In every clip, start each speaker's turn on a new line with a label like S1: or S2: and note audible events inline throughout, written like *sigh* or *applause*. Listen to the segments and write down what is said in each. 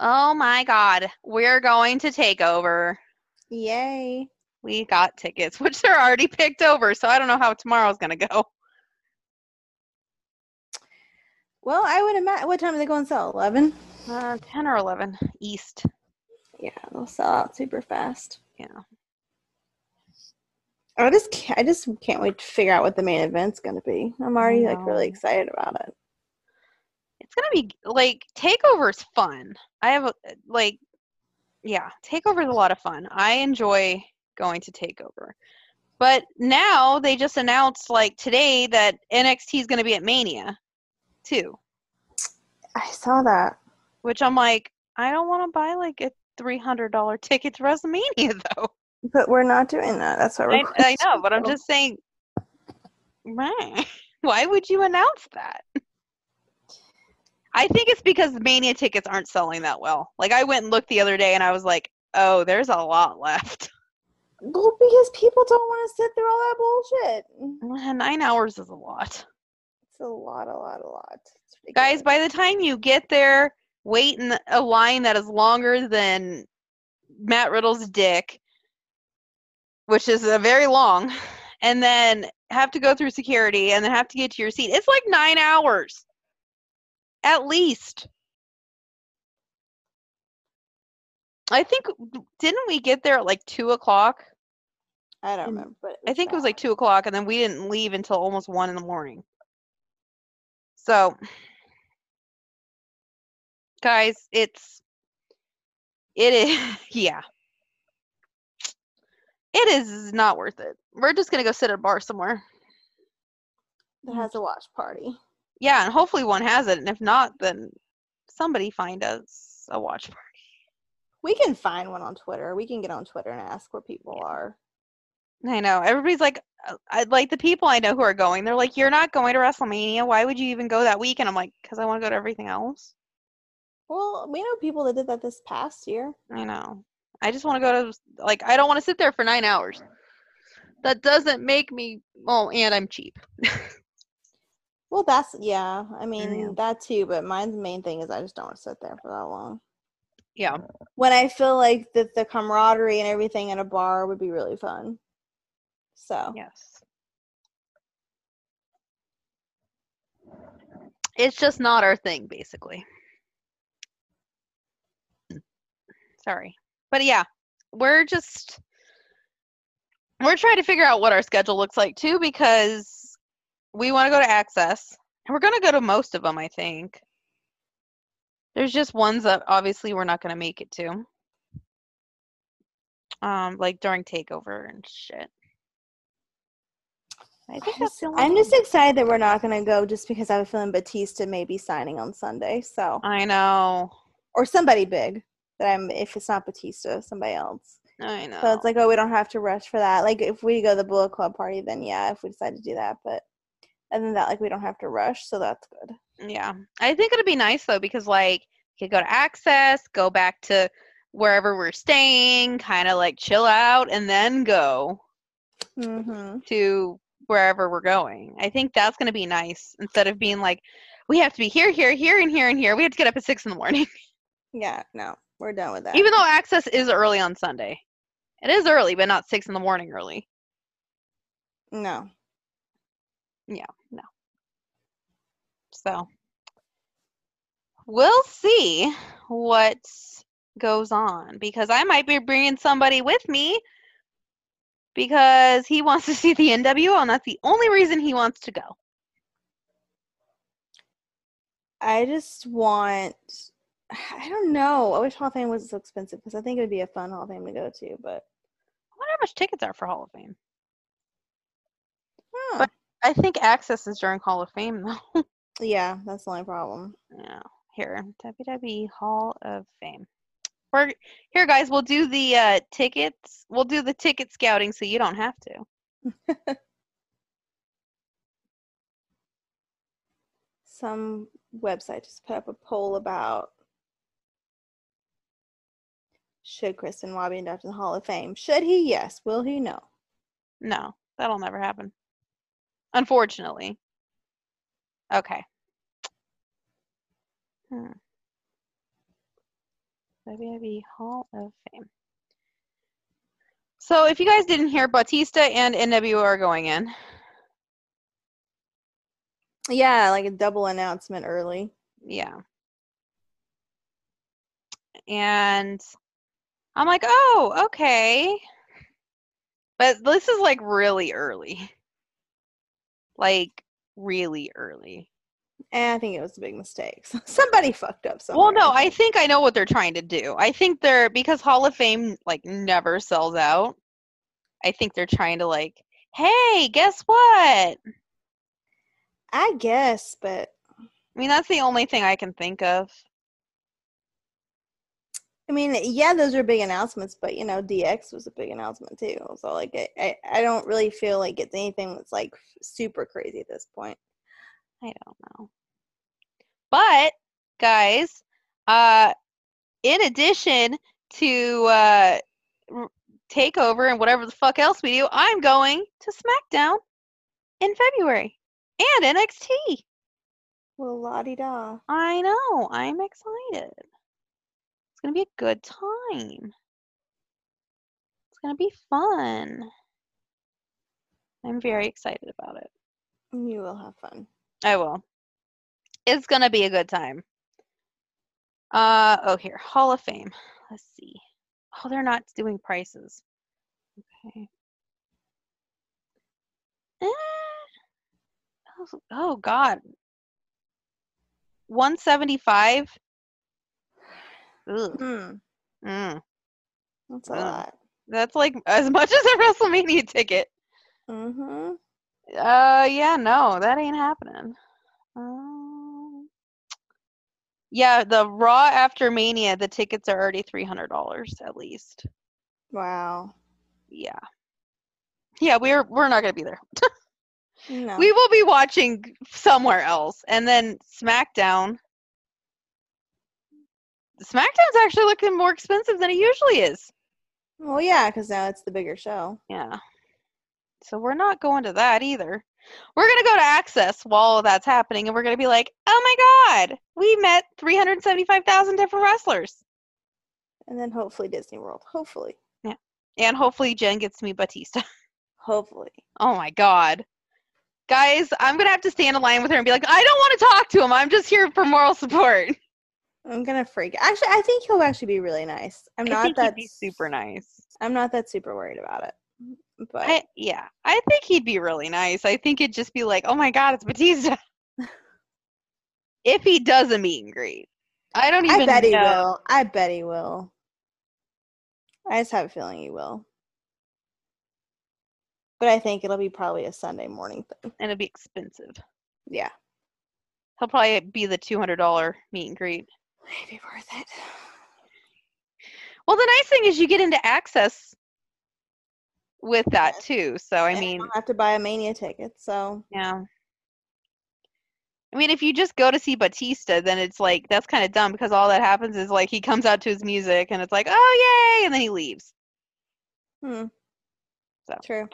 S1: Oh my God. We're going to take over.
S2: Yay.
S1: We got tickets, *laughs* which are already picked over. So I don't know how tomorrow's going to go.
S2: Well, I would imagine. What time do they go on sale? 11?
S1: Uh, 10 or 11 East.
S2: Yeah, they'll sell out super fast.
S1: Yeah.
S2: I just can't, I just can't wait to figure out what the main event's going to be. I'm already like really
S1: know.
S2: excited about it.
S1: It's going to be like takeover's fun. I have a- like, yeah, takeover's a lot of fun. I enjoy going to takeover. But now they just announced like today that NXT is going to be at Mania too.
S2: I saw that.
S1: which I'm like, I don't want to buy like a three hundred dollar ticket to WrestleMania *laughs* though.
S2: But we're not doing that. That's what
S1: I,
S2: we're
S1: I know, but I'm just saying, meh. *laughs* why would you announce that? I think it's because Mania tickets aren't selling that well. Like I went and looked the other day, and I was like, oh, there's a lot left.
S2: Well, because people don't want to sit through all that bullshit.
S1: Nine hours is a lot,
S2: It's a lot, a lot, a lot. It's
S1: guys.
S2: ridiculous.
S1: By the time you get there, wait in a line that is longer than Matt Riddle's dick, which is a very long, and then have to go through security and then have to get to your seat. It's like nine hours, at least. I think didn't we get there at like two o'clock?
S2: I don't remember. But
S1: I think it was like two o'clock, and then we didn't leave until almost one in the morning. So, guys, it's it is *laughs* yeah, it is not worth it. We're just gonna go sit at a bar somewhere.
S2: It has a watch party.
S1: Yeah, and hopefully one has it, and if not, then somebody find us a watch party.
S2: We can find one on Twitter. We can get on Twitter and ask where people are.
S1: I know everybody's like, uh, I like the people I know who are going. They're like, you're not going to WrestleMania. Why would you even go that week? And I'm like, because I want to go to everything else.
S2: Well, we know people that did that this past year.
S1: I know. I just want to go to like I don't want to sit there for nine hours. That doesn't make me. Oh, and I'm cheap.
S2: Well, that's yeah. I mean
S1: Oh, Yeah.
S2: that too. But mine's main thing is I just don't want to sit there for that long.
S1: Yeah.
S2: When I feel like that the camaraderie and everything at a bar would be really fun. So
S1: Yes. It's just not our thing, basically. Sorry, but yeah, we're just we're trying to figure out what our schedule looks like too because we want to go to Access and we're going to go to most of them, I think. There's just ones that obviously we're not going to make it to. Um, like during takeover and shit. I think that's the only
S2: I'm
S1: one.
S2: just excited that we're not going to go just because I have a feeling Batista may be signing on Sunday. So
S1: I know.
S2: or somebody big that I'm if it's not Batista, somebody else.
S1: I know.
S2: So it's like, oh, we don't have to rush for that. Like if we go to the Bullet Club party, then yeah, if we decide to do that. But other than that, like we don't have to rush, so that's good.
S1: Yeah. I think it'd be nice though because like you could go to access, go back to wherever we're staying, kind of like chill out and then go
S2: Mm-hmm.
S1: to wherever we're going. I think that's going to be nice instead of being like we have to be here, here, here and here and here. We have to get up at 6 in the morning. *laughs*
S2: Yeah, no, we're done with that.
S1: Even though access is early on Sunday. It is early, but not 6 in the morning early.
S2: no,
S1: So we'll see what goes on because I might be bringing somebody with me because he wants to see the NWO and that's the only reason he wants to go.
S2: I just want. I don't know. I wish Hall of Fame wasn't so expensive because I think it would be a fun Hall of Fame to go to. But
S1: I wonder how much tickets are for Hall of Fame.
S2: Huh.
S1: But- I think access is during Hall of Fame though.
S2: yeah, that's the only problem.
S1: Yeah, here WWE Hall of Fame. We're here, guys. We'll do the uh, tickets. We'll do the ticket scouting, so you don't have to.
S2: Some website just put up a poll about should Kristen Wabi induct in the Hall of Fame? Should he? Yes. Will he? No.
S1: No, that'll never happen. Unfortunately. Okay. Hmm. WWE Hall of Fame. So, if you guys didn't hear, Batista and NWO are going in.
S2: Yeah, like a double announcement early.
S1: Yeah. And I'm like, oh, okay. But this is like really early. Like, really early.
S2: And I think it was a big mistake. *laughs* Somebody fucked up somewhere.
S1: Well, no, I think I know what they're trying to do. I think they're because Hall of Fame like never sells out. I think they're trying to like, hey, guess what?
S2: I guess, but
S1: I mean, that's the only thing I can think of.
S2: I mean, yeah, those are big announcements, but you know, DX was a big announcement too. So like, I, I, I don't really feel like it's anything that's like super crazy at this point.
S1: I don't know. But guys, uh in addition to uh r- takeover and whatever the fuck else we do, I'm going to SmackDown in February and NXT.
S2: Well, la di da.
S1: I know. I'm excited. It's going to be a good time. It's going to be fun. I'm very excited about it.
S2: You will have fun.
S1: I will. It's gonna be a good time. Uh oh here. Hall of Fame. Let's see. Oh, they're not doing prices. Okay. Eh. Oh, oh god. 175. Ugh.
S2: Hmm,
S1: Mm.
S2: that's a
S1: Mm.
S2: lot.
S1: That's like as much as a *laughs* WrestleMania ticket.
S2: Mm-hmm.
S1: Uh, yeah, no, that ain't happening. Um, yeah, the Raw after Mania, the tickets are already three hundred dollars at least.
S2: Wow.
S1: Yeah, yeah, we're we're not gonna be there.
S2: No.
S1: We will be watching somewhere else, and then SmackDown. SmackDown's actually looking more expensive than it usually is.
S2: well, yeah, because now it's the bigger show.
S1: Yeah. So we're not going to that either. We're going to go to Access while that's happening and we're going to be like, oh my God, we met 375,000 different wrestlers.
S2: And then hopefully Disney World. Hopefully.
S1: And hopefully Jen gets to meet Batista. *laughs*
S2: Hopefully.
S1: Oh my God. Guys, I'm going to have to stand in line with her and be like, I don't want to talk to him. I'm just here for moral support.
S2: I'm gonna freak. Actually, I think he'll actually be really nice. I'm
S1: I
S2: not
S1: think he'd
S2: that
S1: be super nice.
S2: I'm not that super worried about it. But
S1: I, yeah, I think he'd be really nice. I think it'd just be like, oh my God, it's
S2: *laughs*
S1: Batista. if he does a meet and greet. I don't even
S2: I bet he
S1: know.
S2: will. I bet he will. I just have a feeling he will. But I think it'll be probably a Sunday morning thing.
S1: and it'll be expensive.
S2: Yeah.
S1: He'll probably be the two hundred dollar meet and greet.
S2: It'd be worth it.
S1: Well, the nice thing is you get into access with that too. So I
S2: And
S1: mean,
S2: don't have to buy a mania ticket, so
S1: yeah. I mean, if you just go to see Batista, then it's like that's kind of dumb because all that happens is like he comes out to his music and it's like, oh yay, and then he leaves.
S2: hmm.
S1: So.
S2: True.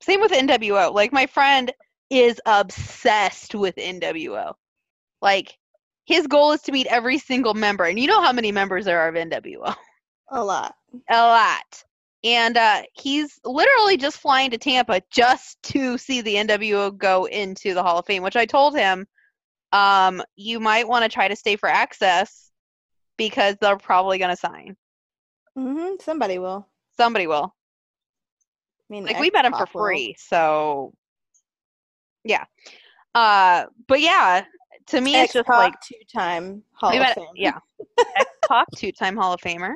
S1: Same with NWO. Like my friend is obsessed with NWO. Like his goal is to meet every single member, and you know how many members there are of NWO.
S2: A lot.
S1: a lot. And uh, he's literally just flying to Tampa just to see the NWO go into the Hall of Fame, which I told him, um, you might want to try to stay for access because they're probably going to sign.
S2: hmm Somebody will.
S1: Somebody will.
S2: I mean,
S1: Like, we met him for
S2: Xbox will.
S1: free. So, yeah. Uh, but yeah, to me, it's just
S2: Xbox
S1: like,
S2: two-time Hall
S1: we
S2: of
S1: met-
S2: Fame.
S1: yeah. Pop, two time Hall of Famer.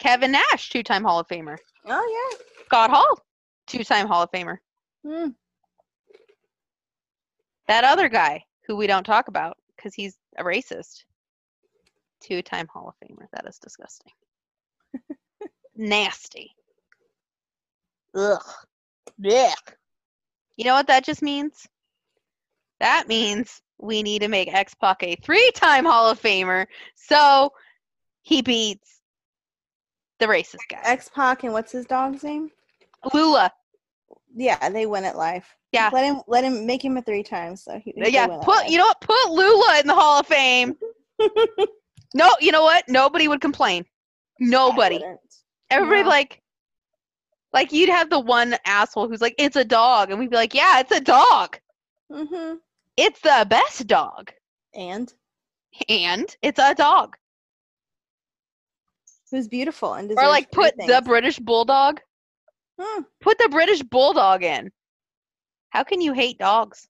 S1: Kevin Nash, two time Hall of Famer.
S2: Oh
S1: Scott Hall, two time Hall of Famer.
S2: yeah. Mm.
S1: That other guy who we don't talk about because he's a racist, two time Hall of Famer. That is disgusting. Nasty. Ugh. Ugh. You know what that just means? That means we need to make X Pac a three time Hall of Famer so he beats the racist guy.
S2: X Pac and what's his dog's name?
S1: Lula.
S2: Yeah, they win at life.
S1: Yeah.
S2: Let him let him make him a three times so he, he
S1: Yeah,
S2: can win at
S1: put
S2: life. *laughs*
S1: you know what? Put Lula in the Hall of Fame. No, you know what? Nobody would complain.
S2: I
S1: Nobody.
S2: wouldn't.
S1: Everybody
S2: No.
S1: like like you'd have the one asshole who's like, It's a dog and we'd be like, Yeah, it's a dog.
S2: Mhm.
S1: It's the best dog.
S2: And
S1: And it's a dog.
S2: who's beautiful and
S1: Or
S2: deserves
S1: like
S2: free
S1: put the
S2: things.
S1: British bulldog.
S2: Hmm.
S1: Put the British bulldog in. How can you hate dogs?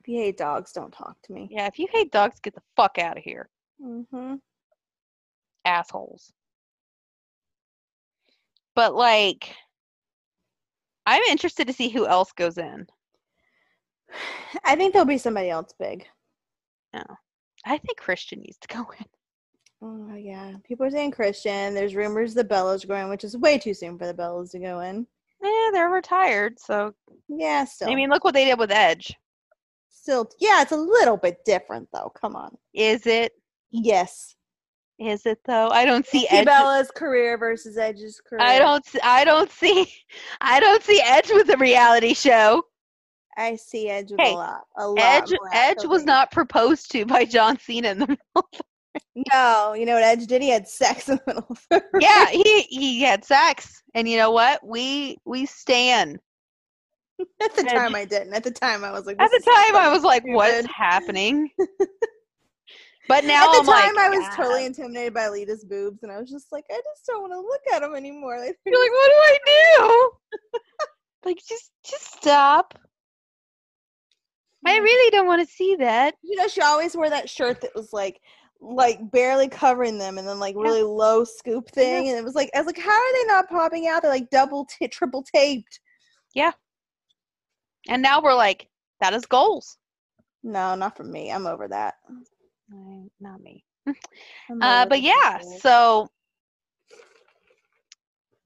S2: If you hate dogs, don't talk to me.
S1: Yeah, if you hate dogs, get the fuck out of here.
S2: hmm
S1: assholes. But like I'm interested to see who else goes in.
S2: I think there'll be somebody else big.
S1: I think Christian needs to go *laughs* in.
S2: Oh yeah, people are saying Christian. There's rumors the Bellas are going, which is way too soon for the Bellas to go in.
S1: Yeah, Eh, they're retired, so
S2: Yeah, still.
S1: I mean look what they did with Edge.
S2: still. Yeah, it's a little bit different though. Come on.
S1: Is it
S2: Yes.
S1: is it though? I don't see
S2: Nikki
S1: Edge.
S2: Bella's career versus Edge's career.
S1: I don't s- I don't see I don't see Edge with a reality show.
S2: I see Edge with
S1: Hey,
S2: a lot. A lot.
S1: Edge
S2: more
S1: Edge was
S2: activity.
S1: not proposed to by John Cena in the
S2: *laughs* No, you know what Edge did? He had sex in the middle of the ring.
S1: yeah he he had sex and you know what we we stand
S2: *laughs* At the
S1: Edge.
S2: time, I didn't. At the time, I was like.
S1: At the
S2: this is
S1: time, I
S2: so
S1: was like, "What is
S2: stupid."
S1: happening?" But now
S2: At the
S1: I'm
S2: time,
S1: like,
S2: I was
S1: "God."
S2: totally intimidated by Lita's boobs, and I was just like, I just don't want to look at them anymore. Like, they're
S1: You're like, "What do I do?" like, just just stop. I
S2: Mm.
S1: really don't want to see that.
S2: You know, she always wore that shirt that was like like barely covering them and then like
S1: Yeah.
S2: really low scoop thing and it was like I was like, how are they not popping out? They're like double t- triple taped.
S1: And now we're like, "That is goals."
S2: No, not for me. I'm over that.
S1: Right, Not me.
S2: I'm
S1: Uh, but
S2: over the
S1: yeah,
S2: whole-
S1: so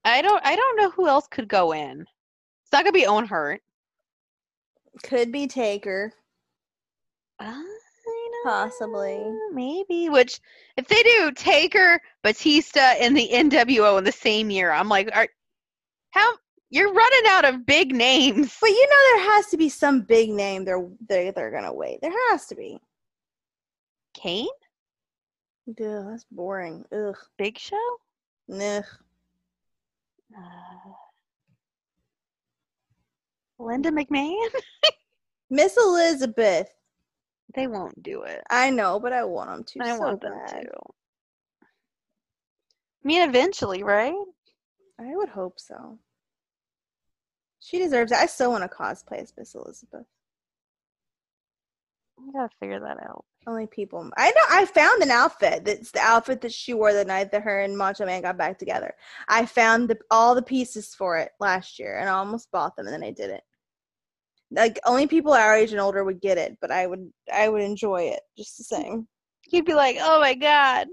S1: I don't I don't know who else could go in. It's not gonna be Own Hurt.
S2: could be Taker.
S1: I don't
S2: Possibly.
S1: know, Maybe. Which, if they do Taker, Batista, and the NWO in the same year, I'm like, are how you're running out of big names?
S2: But you know there has to be some big name they're they they're gonna wait. There has to be.
S1: Kane,
S2: Dude, that's boring. Ugh.
S1: Big Show.
S2: Nah.
S1: Uh, Linda McMahon. *laughs*
S2: Miss Elizabeth.
S1: They won't do it.
S2: I know, but I want them to.
S1: I
S2: so
S1: want them
S2: bad.
S1: to. I mean, eventually, right?
S2: I would hope so. She deserves it. I still want to cosplay as Miss Elizabeth.
S1: We gotta figure that out.
S2: Only people. I know. I found an outfit. That's the outfit that she wore the night that her and Macho Man got back together. I found the, all the pieces for it last year, and I almost bought them, and then I didn't. Like only people our age and older would get it, but I would. I would enjoy it just the same.
S1: You'd be like, "Oh my god."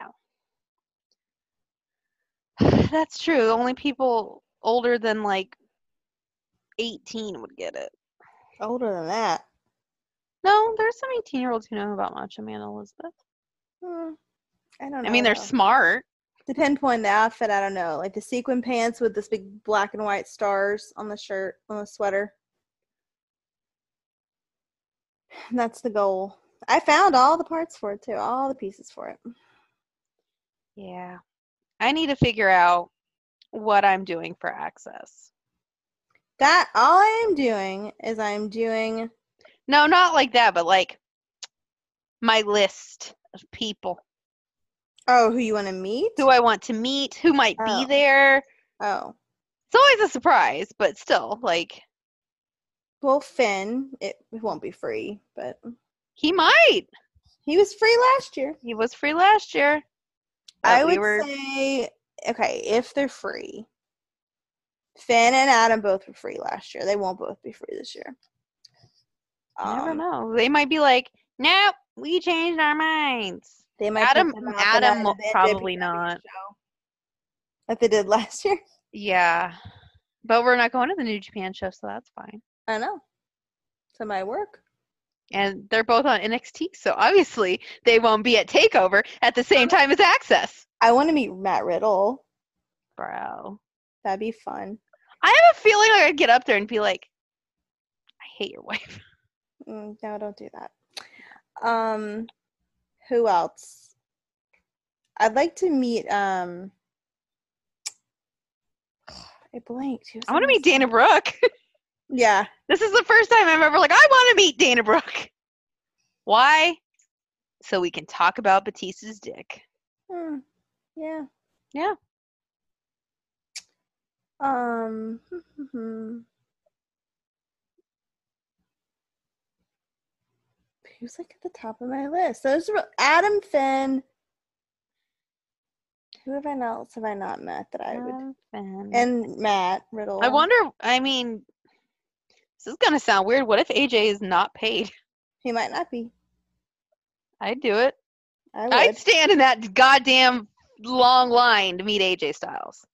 S1: yeah. *sighs* That's true. Only people older than like 18 would get it.
S2: Older than that.
S1: No, there's some 18-year-olds who know about Macho Man Elizabeth.
S2: Hmm. I don't. know,
S1: I mean, they're
S2: though.
S1: smart.
S2: to pinpoint the outfit. I don't know, like the sequin pants with this big black and white stars on the shirt on the sweater. That's the goal. I found all the parts for it too, all the pieces for it.
S1: Yeah. I need to figure out what I'm doing for access.
S2: That all I am doing is I'm doing.
S1: No, not like that, but like my list of people
S2: Oh, who you want to meet?
S1: who I want to meet, who might
S2: Oh.
S1: be there.
S2: Oh,
S1: It's always a surprise, but still, like
S2: well, Finn. It won't be free, but
S1: he might.
S2: he was free last year.
S1: He was free last year. but
S2: I
S1: we
S2: would
S1: were-
S2: say okay, if they're free. Finn and Adam both were free last year. They won't both be free this year.
S1: I
S2: Um,
S1: don't know. They might be like, nope, we changed our minds.
S2: They might put
S1: Adam-
S2: them out for
S1: Adam
S2: that
S1: will
S2: NWA
S1: probably not.
S2: show That they did *laughs* last year.
S1: Yeah. But we're not going to the New Japan show, so that's fine.
S2: I know. To my work.
S1: And they're both on NXT, so obviously they won't be at TakeOver at the same time as Access.
S2: I want to meet Matt Riddle.
S1: Bro.
S2: That'd be fun.
S1: I have a feeling like I'd get up there and be like, I hate your wife.
S2: Mm, no, don't do that. Um, Who else? I'd like to meet um *sighs* I blanked. Who's
S1: I want to
S2: the
S1: meet
S2: last-
S1: Dana Brooke.
S2: Yeah.
S1: this is the first time I'm ever like, I want to meet Dana Brooke. Why? So we can talk about Batista's dick.
S2: Hmm. Yeah.
S1: Yeah.
S2: Um. *laughs* Who's like at the top of my list? Those were Adam Finn. Who have I not else have I not met that I would
S1: And
S2: and Matt Riddle.
S1: Um, I wonder. I mean, this is gonna sound weird. What if AJ is not paid?
S2: he might not be.
S1: I'd do it.
S2: I would.
S1: I'd stand in that goddamn long line to meet AJ Styles.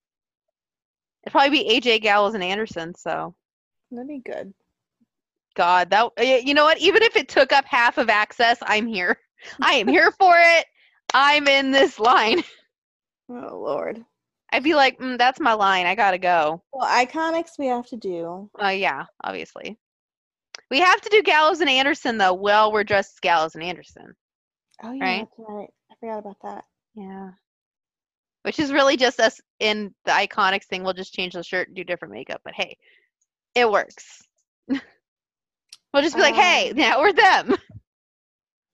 S1: It'd probably be AJ Gallows and Anderson. So
S2: That'd be good.
S1: God, that y- you know what? Even if it took up half of access, I'm here. *laughs* I am here for it. I'm in this line.
S2: Oh Lord.
S1: I'd be like, mm, that's my line. I gotta go.
S2: Well, iconics we have to do.
S1: Uh, yeah, obviously. We have to do Gallows and Anderson though. Well, we're dressed as Gallows and Anderson.
S2: Oh yeah,
S1: Right.
S2: that's right. I forgot about that.
S1: Yeah. Which is really just us in the iconics thing. We'll just change the shirt and do different makeup, but hey, it works. *laughs* we'll just be like, hey,
S2: Um,
S1: now we're them.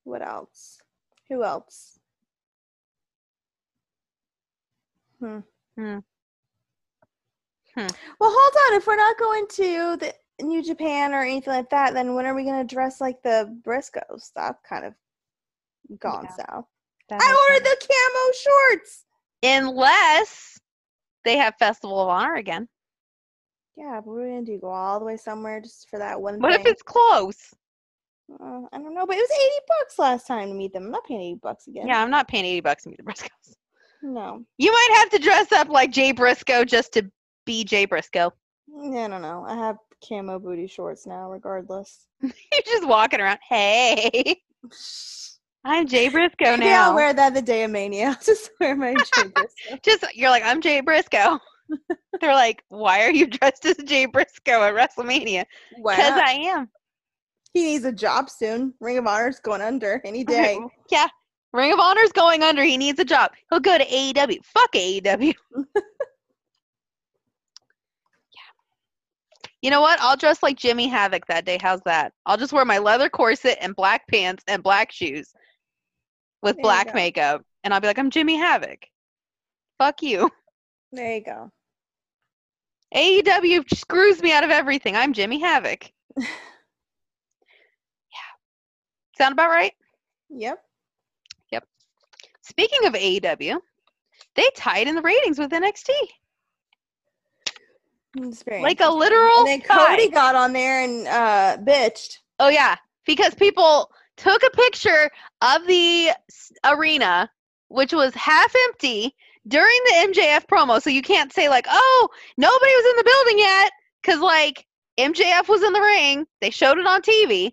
S2: What else? Who else? Hmm.
S1: Hmm. Hmm.
S2: Well, hold on. If we're not going to the New Japan or anything like that, then when are we going to dress like the Briscoes? That's kind of gone
S1: Yeah,
S2: south. I ordered the camo shorts.
S1: Unless they have Festival of Honor again.
S2: Yeah, but what are we going to do? Go all the way somewhere just for that one
S1: What
S2: thing?
S1: if it's close?
S2: Uh, I don't know, but it was eighty bucks last time to meet them. I'm not paying eighty bucks again.
S1: Yeah, I'm not paying 80 bucks to meet the Briscoes.
S2: No.
S1: You might have to dress up like Jay Briscoe just to be Jay Briscoe. *laughs*
S2: I don't know. I have camo booty shorts now, regardless.
S1: You're just walking around. Hey, I'm Jay *laughs* Briscoe
S2: Maybe I'll
S1: now.
S2: wear that the day of mania. *laughs* I'll just wear my Jaeger stuff.
S1: just you're like, I'm Jay Briscoe. *laughs* They're like, why are you *laughs* dressed as Jay Briscoe at WrestleMania?
S2: Why
S1: Because
S2: not?
S1: I am.
S2: he needs a job soon. Ring of Honor's going under any day.
S1: Yeah. Ring of Honor's going under. He needs a job. He'll go to AEW. Fuck AEW. *laughs* yeah. You know what? I'll dress like Jimmy Havoc that day. How's that? I'll just wear my leather corset and black pants and black shoes with
S2: There you
S1: black
S2: go.
S1: makeup. And I'll be like, I'm Jimmy Havoc. Fuck you.
S2: There you go.
S1: AEW screws me out of everything. I'm Jimmy
S2: *laughs*
S1: Havoc. yeah. Sound about right?
S2: Yep.
S1: Speaking of AEW, they tied in the ratings with NXT.
S2: It's very
S1: Like a
S2: interesting.
S1: literal
S2: And then
S1: spy.
S2: Cody got on there and uh bitched.
S1: Oh yeah, because people took a picture of the s- arena which was half empty during the MJF promo, so you can't say like, "Oh, nobody was in the building yet," cuz like MJF was in the ring. They showed it on TV.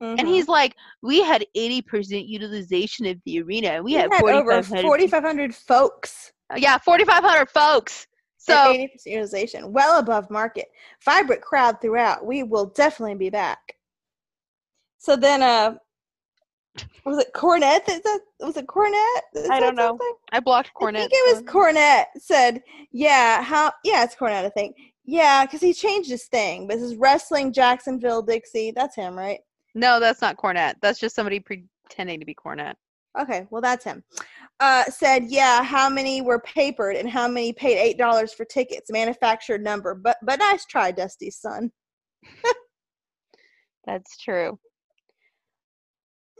S1: And
S2: Mhm.
S1: he's like, we had 80% utilization of the arena. and We
S2: He
S1: had,
S2: had over
S1: 4,500.
S2: 4,500 folks
S1: yeah, 4,500 folks.
S2: so,
S1: So,
S2: at 80% utilization, well above market. Vibrant crowd throughout. We will definitely be back. So then, uh, was it Cornette? That, that was it Cornette? that
S1: I
S2: said
S1: don't know.
S2: something?
S1: I blocked
S2: I
S1: Cornette.
S2: think it was Cornette said, "Yeah, how? Yeah, it's Cornette. I think. Yeah, because he changed his thing. But this is wrestling Jacksonville Dixie. That's him, right?
S1: no, that's not Cornette. That's just somebody pretending to be Cornette.
S2: Okay, well that's him. Uh, said, yeah, how many were papered and how many paid eight dollars for tickets? Manufactured number, but but nice try, Dusty son.
S1: That's true.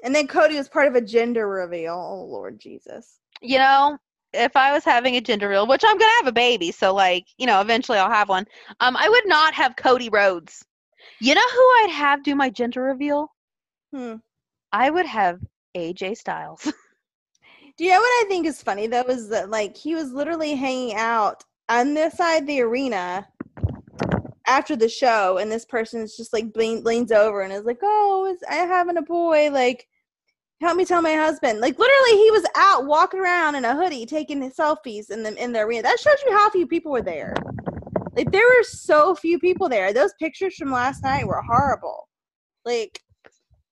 S2: And then Cody was part of a gender reveal. Oh Lord Jesus.
S1: You know, if I was having a gender reveal, which I'm going to have a baby, so like, you know, eventually I'll have one, um, I would not have Cody Rhodes. You know who I'd have do my gender reveal?
S2: Hmm.
S1: I would have AJ Styles. *laughs*
S2: Do you know what I think is funny though is that like he was literally hanging out on this side of the arena after the show, and this person is just like lean, leans over and is like, "Oh, is I having a boy? Like, help me tell my husband." Like literally, he was out walking around in a hoodie taking selfies in the in the arena. That shows you how few people were there. Like there were so few people there. Those pictures from last night were horrible. Like.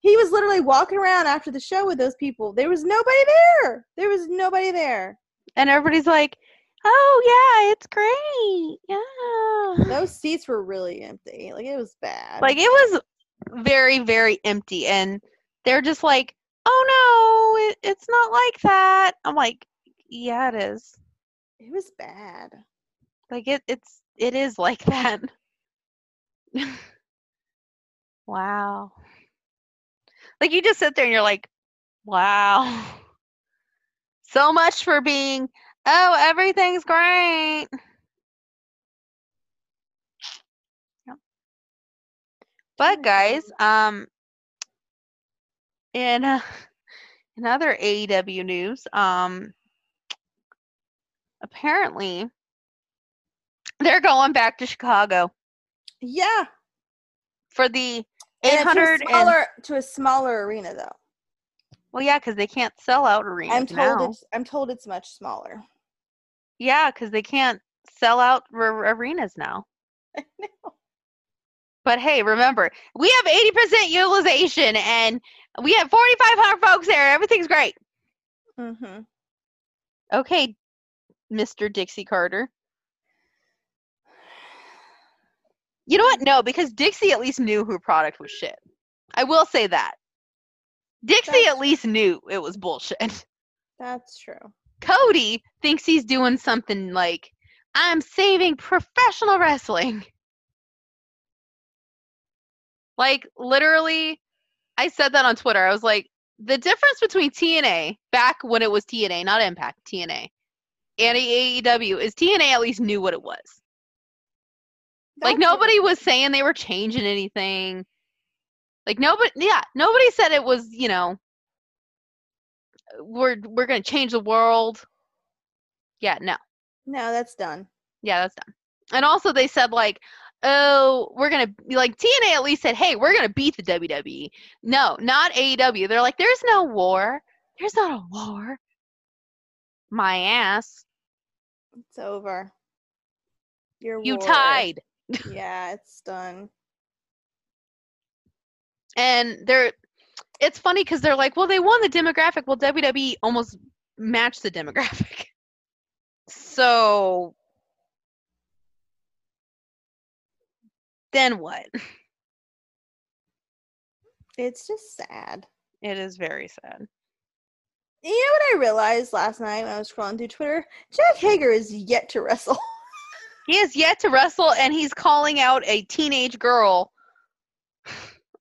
S2: He was literally walking around after the show with those people. There was nobody there. There was nobody there.
S1: And everybody's like, "Oh yeah, it's great. *laughs* Yeah."
S2: Those seats were really empty. Like it was bad.
S1: Like it was very very empty and they're just like, "Oh no, it, it's not like that." I'm like, "Yeah, it is."
S2: it was bad.
S1: Like it it's it is like *laughs* that. wow. Like you just sit there and you're like, wow. So much for being, oh, everything's great. Yep. But guys, um in uh, in other AEW news, um apparently they're going back to Chicago
S2: Yeah,
S1: for the
S2: and to a
S1: 800 and-
S2: smaller to a smaller arena though.
S1: well yeah because they can't sell out arenas
S2: I'm told
S1: now.
S2: it's I'm told it's much smaller.
S1: yeah because they can't sell out r- arenas now
S2: *laughs* I know.
S1: but hey remember we have 80% utilization and we have 4500 folks there everything's great
S2: Mm-hmm.
S1: okay mr dixie carter you know what no because dixie at least knew her product was shit i will say that dixie
S2: That's-
S1: at least knew it was bullshit *laughs*
S2: That's true.
S1: Cody thinks he's doing something like I'm saving professional wrestling. Like literally I said that on Twitter. I was like the difference between TNA back when it was TNA, not Impact, TNA and AEW is TNA at least knew what it was. like
S2: That's true.
S1: nobody was saying they were changing anything. Like nobody yeah, nobody said it was, you know, we're we're going to change the world. Yeah, no.
S2: No, that's done.
S1: Yeah, that's done. And also they said like, oh, we're gonna like TNA at least said, hey, we're gonna beat the WWE. No, not AEW. They're like, there's no war. There's not a war. My ass.
S2: It's over. You're
S1: You
S2: war.
S1: tied. *laughs*
S2: Yeah, it's done.
S1: And they're it's funny because they're like, well, they won the demographic. Well, WWE almost matched the demographic. *laughs* So then what?
S2: It's just sad.
S1: It is very sad.
S2: You know what I realized last night when I was scrolling through Twitter? Jack Hager is yet to *laughs* wrestle.
S1: He has yet to wrestle, and he's calling out a teenage girl *laughs*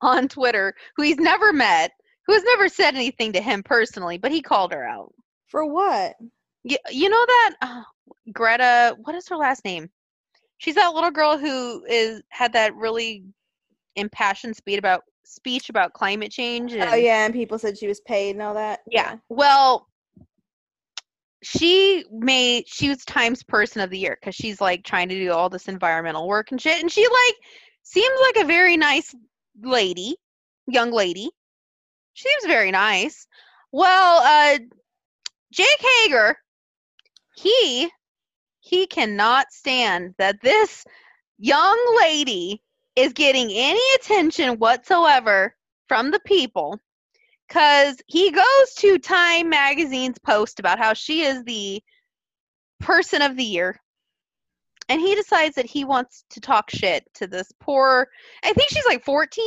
S1: on Twitter who he's never met, who has never said anything to him personally, but he called her out.
S2: For what? Oh,
S1: You, you know that uh, Greta, what is her last name? She's that little girl who is had that really impassioned speech about speech about climate change. And,
S2: Oh yeah, and people said she was paid and all that.
S1: yeah. Well, she made she was Times Person of the Year because she's like trying to do all this environmental work and shit, and she like seems like a very nice lady, young lady. She seems very nice. Well, uh, Jake Hager, he he cannot stand that this young lady is getting any attention whatsoever from the people because he goes to Time Magazine's post about how she is the person of the year. And he decides that he wants to talk shit to this poor, I think she's like 14,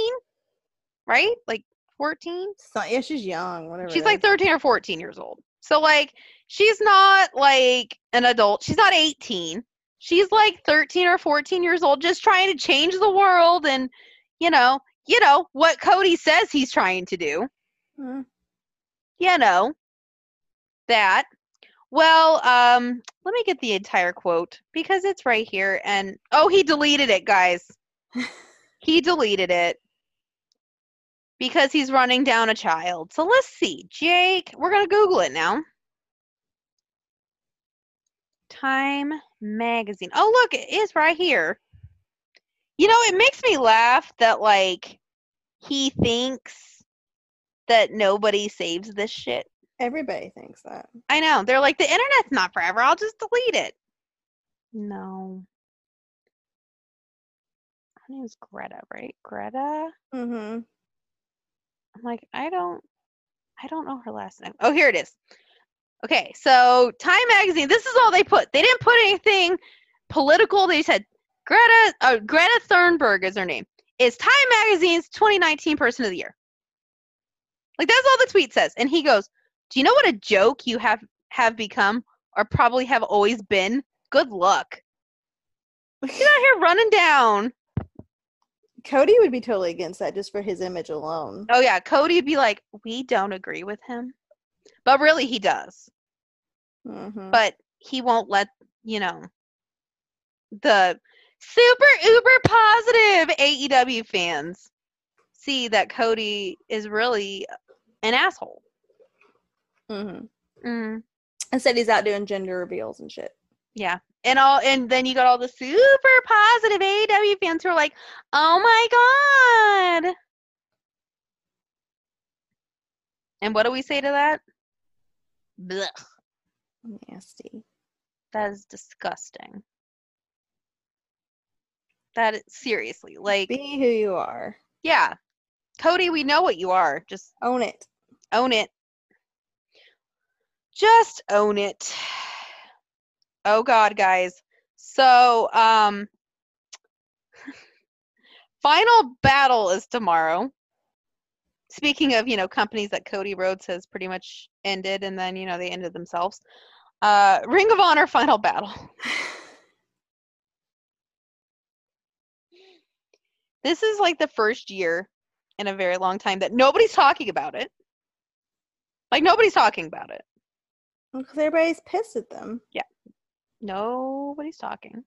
S1: right? Like 14?
S2: So, yeah, she's young, whatever.
S1: She's
S2: that
S1: like 13 or 14 years old. So like she's not like an adult. She's not 18. She's like 13 or 14 years old just trying to change the world and you know, you know what Cody says he's trying to do
S2: is. Mm.
S1: you know that well um let me get the entire quote because it's right here and oh he deleted it guys
S2: *laughs*
S1: he deleted it because he's running down a child so let's see jake we're gonna google it now time magazine oh look it is right here you know it makes me laugh that like he thinks that nobody saves this shit
S2: Everybody thinks that.
S1: I know. They're like, the internet's not forever. I'll just delete it. No. Her name's Greta, right? Greta?
S2: Mm-hmm.
S1: I'm like, I don't I don't know her last name. Oh, here it is. Okay, so Time magazine, this is all they put. They didn't put anything political. They said Greta uh, Greta Thunberg is her name. Is Time magazine's 2019 person of the year. Like that's all the tweet says. And he goes, "Do you know what a joke you have have become or probably have always been? Good luck. You're out here running down
S2: *laughs* Cody would be totally against that just for his image alone.
S1: Oh yeah, Cody'd be like, "We don't agree with him," but really he does.
S2: Mhm.
S1: Oh. But he won't let you know the super uber positive AEW fans see that Cody is really an asshole.
S2: Mhm.
S1: Mm,
S2: Instead, he's out doing gender reveals and shit.
S1: yeah, and all and then you got all the super positive AEW fans who are like, "Oh my god." And what do we say to that? Blech.
S2: Nasty.
S1: That is disgusting. That is, seriously, like,
S2: Be who you are.
S1: yeah, Cody, we know what you are. Just
S2: Own it. *sighs*
S1: own it. Just own it. Oh God, guys. So, um, *laughs* final battle is tomorrow. Speaking of, you know, companies that Cody Rhodes has pretty much ended, and then you know they ended themselves. Uh, Ring of Honor final battle. *laughs* this is like the first year in a very long time that nobody's talking about it. Like nobody's talking about it.
S2: Because everybody's pissed at them.
S1: Nobody's talking.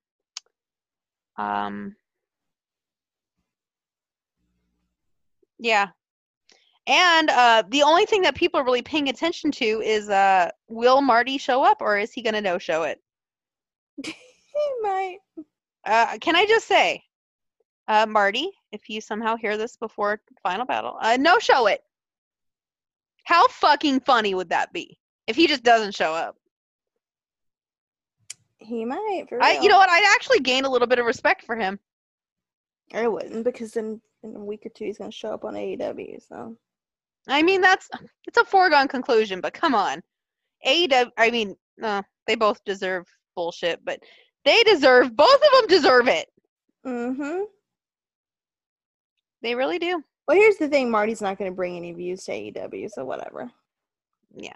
S1: Um Yeah. And uh the only thing that people are really paying attention to is uh will Marty show up or is he going to no show it?
S2: he might.
S1: Uh, can I just say, uh, Marty, if you somehow hear this before Final Battle, uh, no show it. How fucking funny would that be if he just doesn't show up?
S2: He might. For
S1: I, you
S2: real.
S1: know what? I'd actually gain a little bit of respect for him.
S2: I wouldn't because then in a week or two he's gonna show up on AEW. So
S1: I mean, that's it's a foregone conclusion, but come on, AEW. I mean, no, they both deserve bullshit, but they deserve both of them deserve it.
S2: Mm-hmm.
S1: They really do.
S2: Well, here's the thing: Marty's not gonna bring any views to AEW, so whatever.
S1: yeah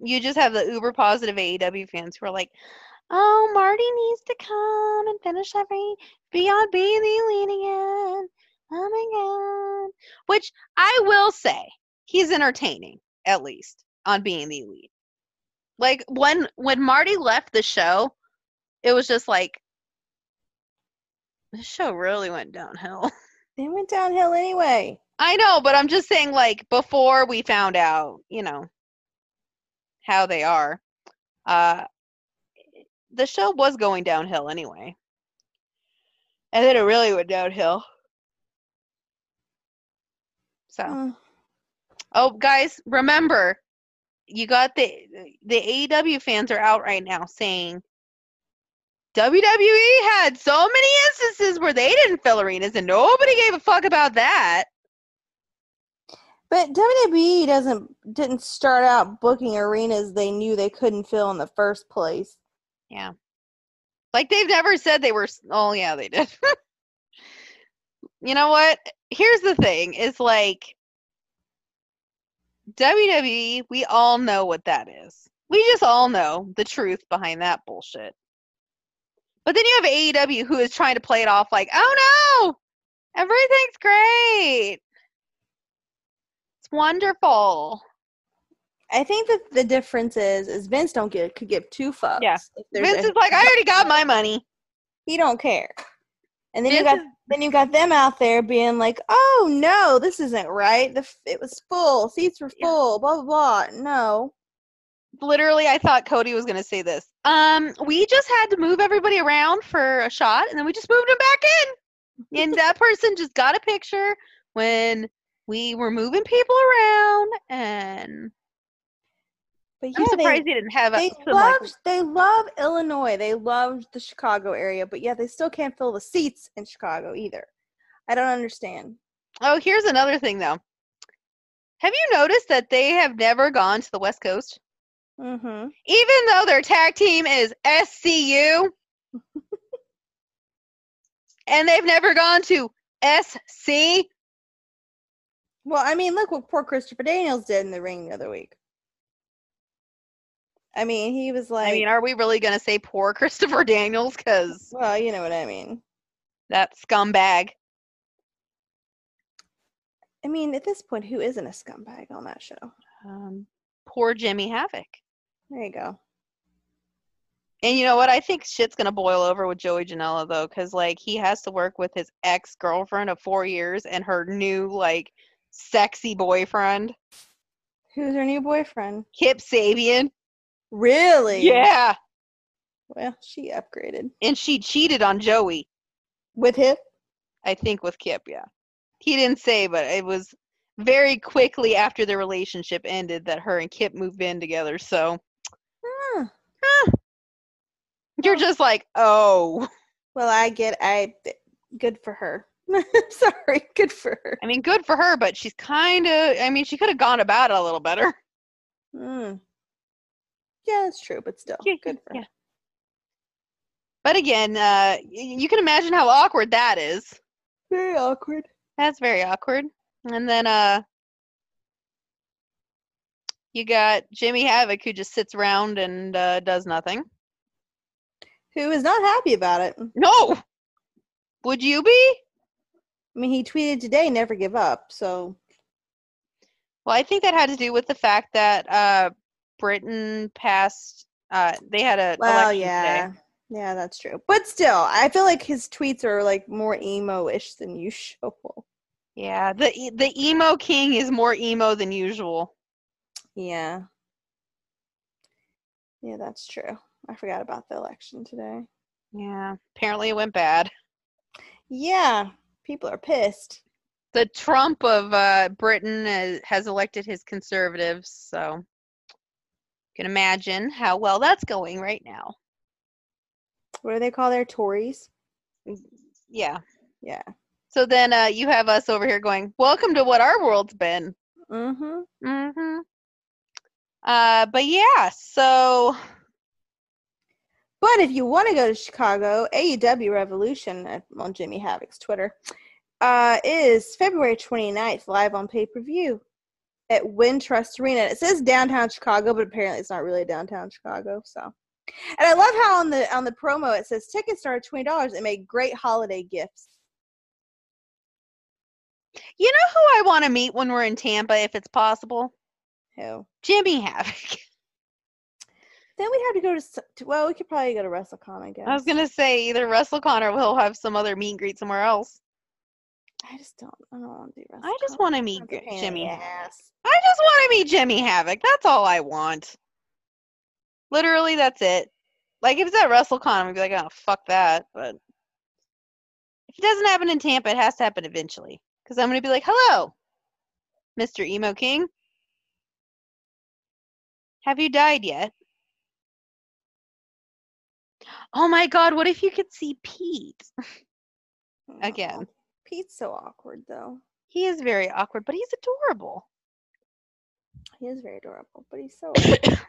S1: you just have the uber positive AEW fans who are like, "Oh, Marty needs to come and finish every Beyond Being the Elite again." Oh my god! Which I will say, he's entertaining at least on Being the Elite. Like when when Marty left the show, it was just like this show really went downhill.
S2: They went downhill anyway.
S1: I know, but I'm just saying, like, before we found out, you know, how they are, uh, the show was going downhill anyway. And then it really went downhill. So,
S2: Mm.
S1: oh, guys, remember, you got the the AEW fans are out right now saying WWE had so many instances where they didn't fill arenas, and nobody gave a fuck about that.
S2: But WWE doesn't didn't start out booking arenas they knew they couldn't fill in the first place.
S1: Like they've never said they were. s- Oh yeah, they did. *laughs* you know what? Here's the thing: is like WWE. We all know what that is. We just all know the truth behind that bullshit. But then you have AEW who is trying to play it off like, "Oh no, everything's great. It's wonderful."
S2: I think that the difference is is Vince don't get could give two fucks.
S1: Yeah.
S2: If there's
S1: Vince
S2: a-
S1: is like, "I already got my money."
S2: he don't care. And then you
S1: Vince
S2: got then you got them out there being like, "Oh no, this isn't right. The f- it was full, seats were
S1: Yeah.
S2: full, blah blah blah." No,
S1: literally I thought Cody was gonna say this. Um, we just had to move everybody around for a shot and then we just moved them back in.
S2: *laughs*
S1: And that person just got a picture when we were moving people around and
S2: but
S1: I'm
S2: yeah,
S1: surprised
S2: they,
S1: they, didn't have
S2: they
S1: a some, like,
S2: loved they love Illinois, they loved the Chicago area, but yeah, they still can't fill the seats in Chicago either. I don't understand.
S1: Oh, here's another thing though. Have you noticed that they have never gone to the West Coast?
S2: Mm-hmm.
S1: Even though their tag team is
S2: *laughs*
S1: SCU. and they've never gone to SC.
S2: Well, I mean, look what poor Christopher Daniels did in the ring the other week. I mean, he was like,
S1: I mean, are we really going to say poor *laughs* Christopher Daniels? Because
S2: well, you know what I mean.
S1: that scumbag.
S2: I mean, at this point, who isn't a scumbag on that show?
S1: Um, poor Jimmy Havoc.
S2: There you go.
S1: And you know what? I think shit's gonna boil over with Joey Janela though, because like he has to work with his ex girlfriend of four years and her new like sexy boyfriend,
S2: Who's her new boyfriend?
S1: Kip Sabian.
S2: Really?
S1: Yeah,
S2: Well, she upgraded
S1: and she cheated on Joey.
S2: with him.
S1: I think with Kip. Yeah, he didn't say, but it was very quickly after the relationship ended that her and Kip moved in together. So
S2: Huh.
S1: you're just like, oh.
S2: Well, I get. I good for her. *laughs* Sorry, good for her.
S1: I mean, good for her, but she's kind of. I mean, she could have gone about it a little better.
S2: Mm. Yeah, that's true, but still,
S1: *laughs* Yeah,
S2: good for
S1: yeah. But again, uh, y- you can imagine how awkward that is.
S2: her. Very awkward.
S1: That's very awkward. And then uh, you got Jimmy Havoc who just sits around and uh, does nothing.
S2: Who is not happy about it? I
S1: No, would you be?
S2: mean, he tweeted today, "Never give up." So
S1: Well, I think that had to do with the fact that uh, Britain passed. Uh, they had a
S2: Well,
S1: election
S2: yeah,
S1: today.
S2: yeah, that's true. But still, I feel like his tweets are like more emo-ish than usual. *laughs*
S1: Yeah, the e- the emo king is more emo than usual.
S2: Yeah, yeah, that's true. I forgot about the election today.
S1: Yeah, apparently it went bad.
S2: Yeah, people are pissed.
S1: the Trump of uh, Britain uh, has elected his conservatives, so you can imagine how well that's going right now.
S2: What do they call their Tories?
S1: Yeah.
S2: Yeah.
S1: So then uh, you have us over here going, "Welcome to what our world's been."
S2: Mm-hmm.
S1: Mm-hmm. Uh, but yeah, so
S2: But if you want to go to Chicago, AEW Revolution uh, on Jimmy Havoc's Twitter uh, is February 29th, live on pay per view at Wintrust Arena. It says downtown Chicago, but apparently it's not really downtown Chicago. So, and I love how on the on the promo it says tickets start at twenty dollars and make great holiday gifts.
S1: you know who I want to meet when we're in Tampa, if it's possible,
S2: Who?
S1: Jimmy Havoc.
S2: Then we have to go to s- to- well, we could probably go to WrestleCon. I guess.
S1: I was gonna say either WrestleCon or we'll have some other meet and greet somewhere else.
S2: I just don't. I don't want to do WrestleCon.
S1: I just want to meet
S2: Sounds a
S1: Gr-
S2: pain in
S1: Jimmy.
S2: the
S1: Havoc.
S2: ass.
S1: I just want to meet Jimmy Havoc. That's all I want. Literally, that's it. Like, if it's at WrestleCon, I'm going to be like, oh, fuck that. But if it doesn't happen in Tampa, it has to happen eventually. Because I'm going to be like, hello, Mr. Emo King. Have you died yet? Oh my god, what if you could see Pete? Again.
S2: Aw. Pete's so awkward though.
S1: He is very awkward, but he's adorable.
S2: He is very adorable, but he's
S1: *coughs*
S2: so.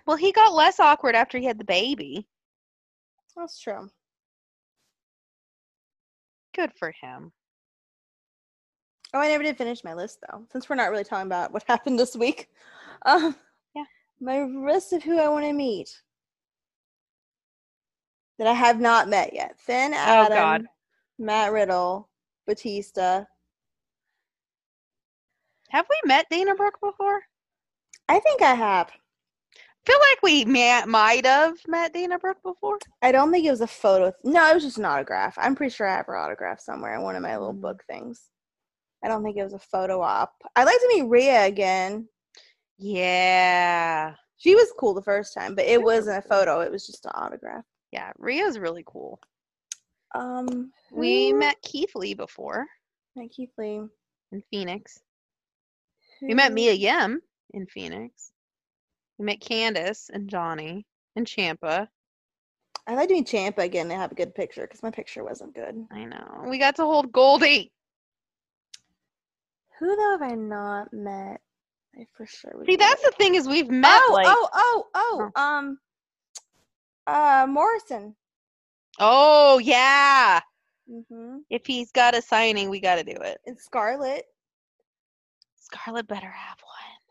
S1: Well, he got less awkward after he had the baby.
S2: That's true.
S1: Good for him.
S2: Oh, I never did finish my list though, since we're not really talking about what *laughs* happened this week. Um,
S1: Yeah.
S2: My list of who I want to meet that I have not met yet: Finn,
S1: Oh, God.
S2: Adam, Matt Riddle, Batista.
S1: Have we met Dana Brooke before?
S2: I think I have.
S1: Feel like we ma- might have met Dana Brooke before.
S2: I don't think it was a photo. th- no, it was just an autograph. I'm pretty sure I have her autograph somewhere in one of my little
S1: Mm.
S2: book things. I don't think it was a photo op. I'd like to meet Rhea again.
S1: Yeah,
S2: She was cool the first time, but it
S1: was
S2: wasn't a photo. It was just an autograph.
S1: yeah. Rhea's really cool.
S2: Um,
S1: We
S2: who-
S1: met Keith Lee before
S2: Mike Keith Lee.
S1: in Phoenix. We met
S2: Who-
S1: Mia Yim in Phoenix. We met Candace and Johnny and Champa.
S2: I'd like to meet Champa again to have a good picture because my picture wasn't good.
S1: I know we got to hold Goldie.
S2: Who though have I not met? I for sure would
S1: See,
S2: do
S1: that's
S2: that.
S1: the thing is we've met.
S2: oh,
S1: like, oh,
S2: oh, oh, oh, um, uh, Morrison.
S1: Oh, yeah.
S2: Mm-hmm.
S1: If he's got a signing, we got to do it.
S2: And Scarlet.
S1: Scarlet better have one.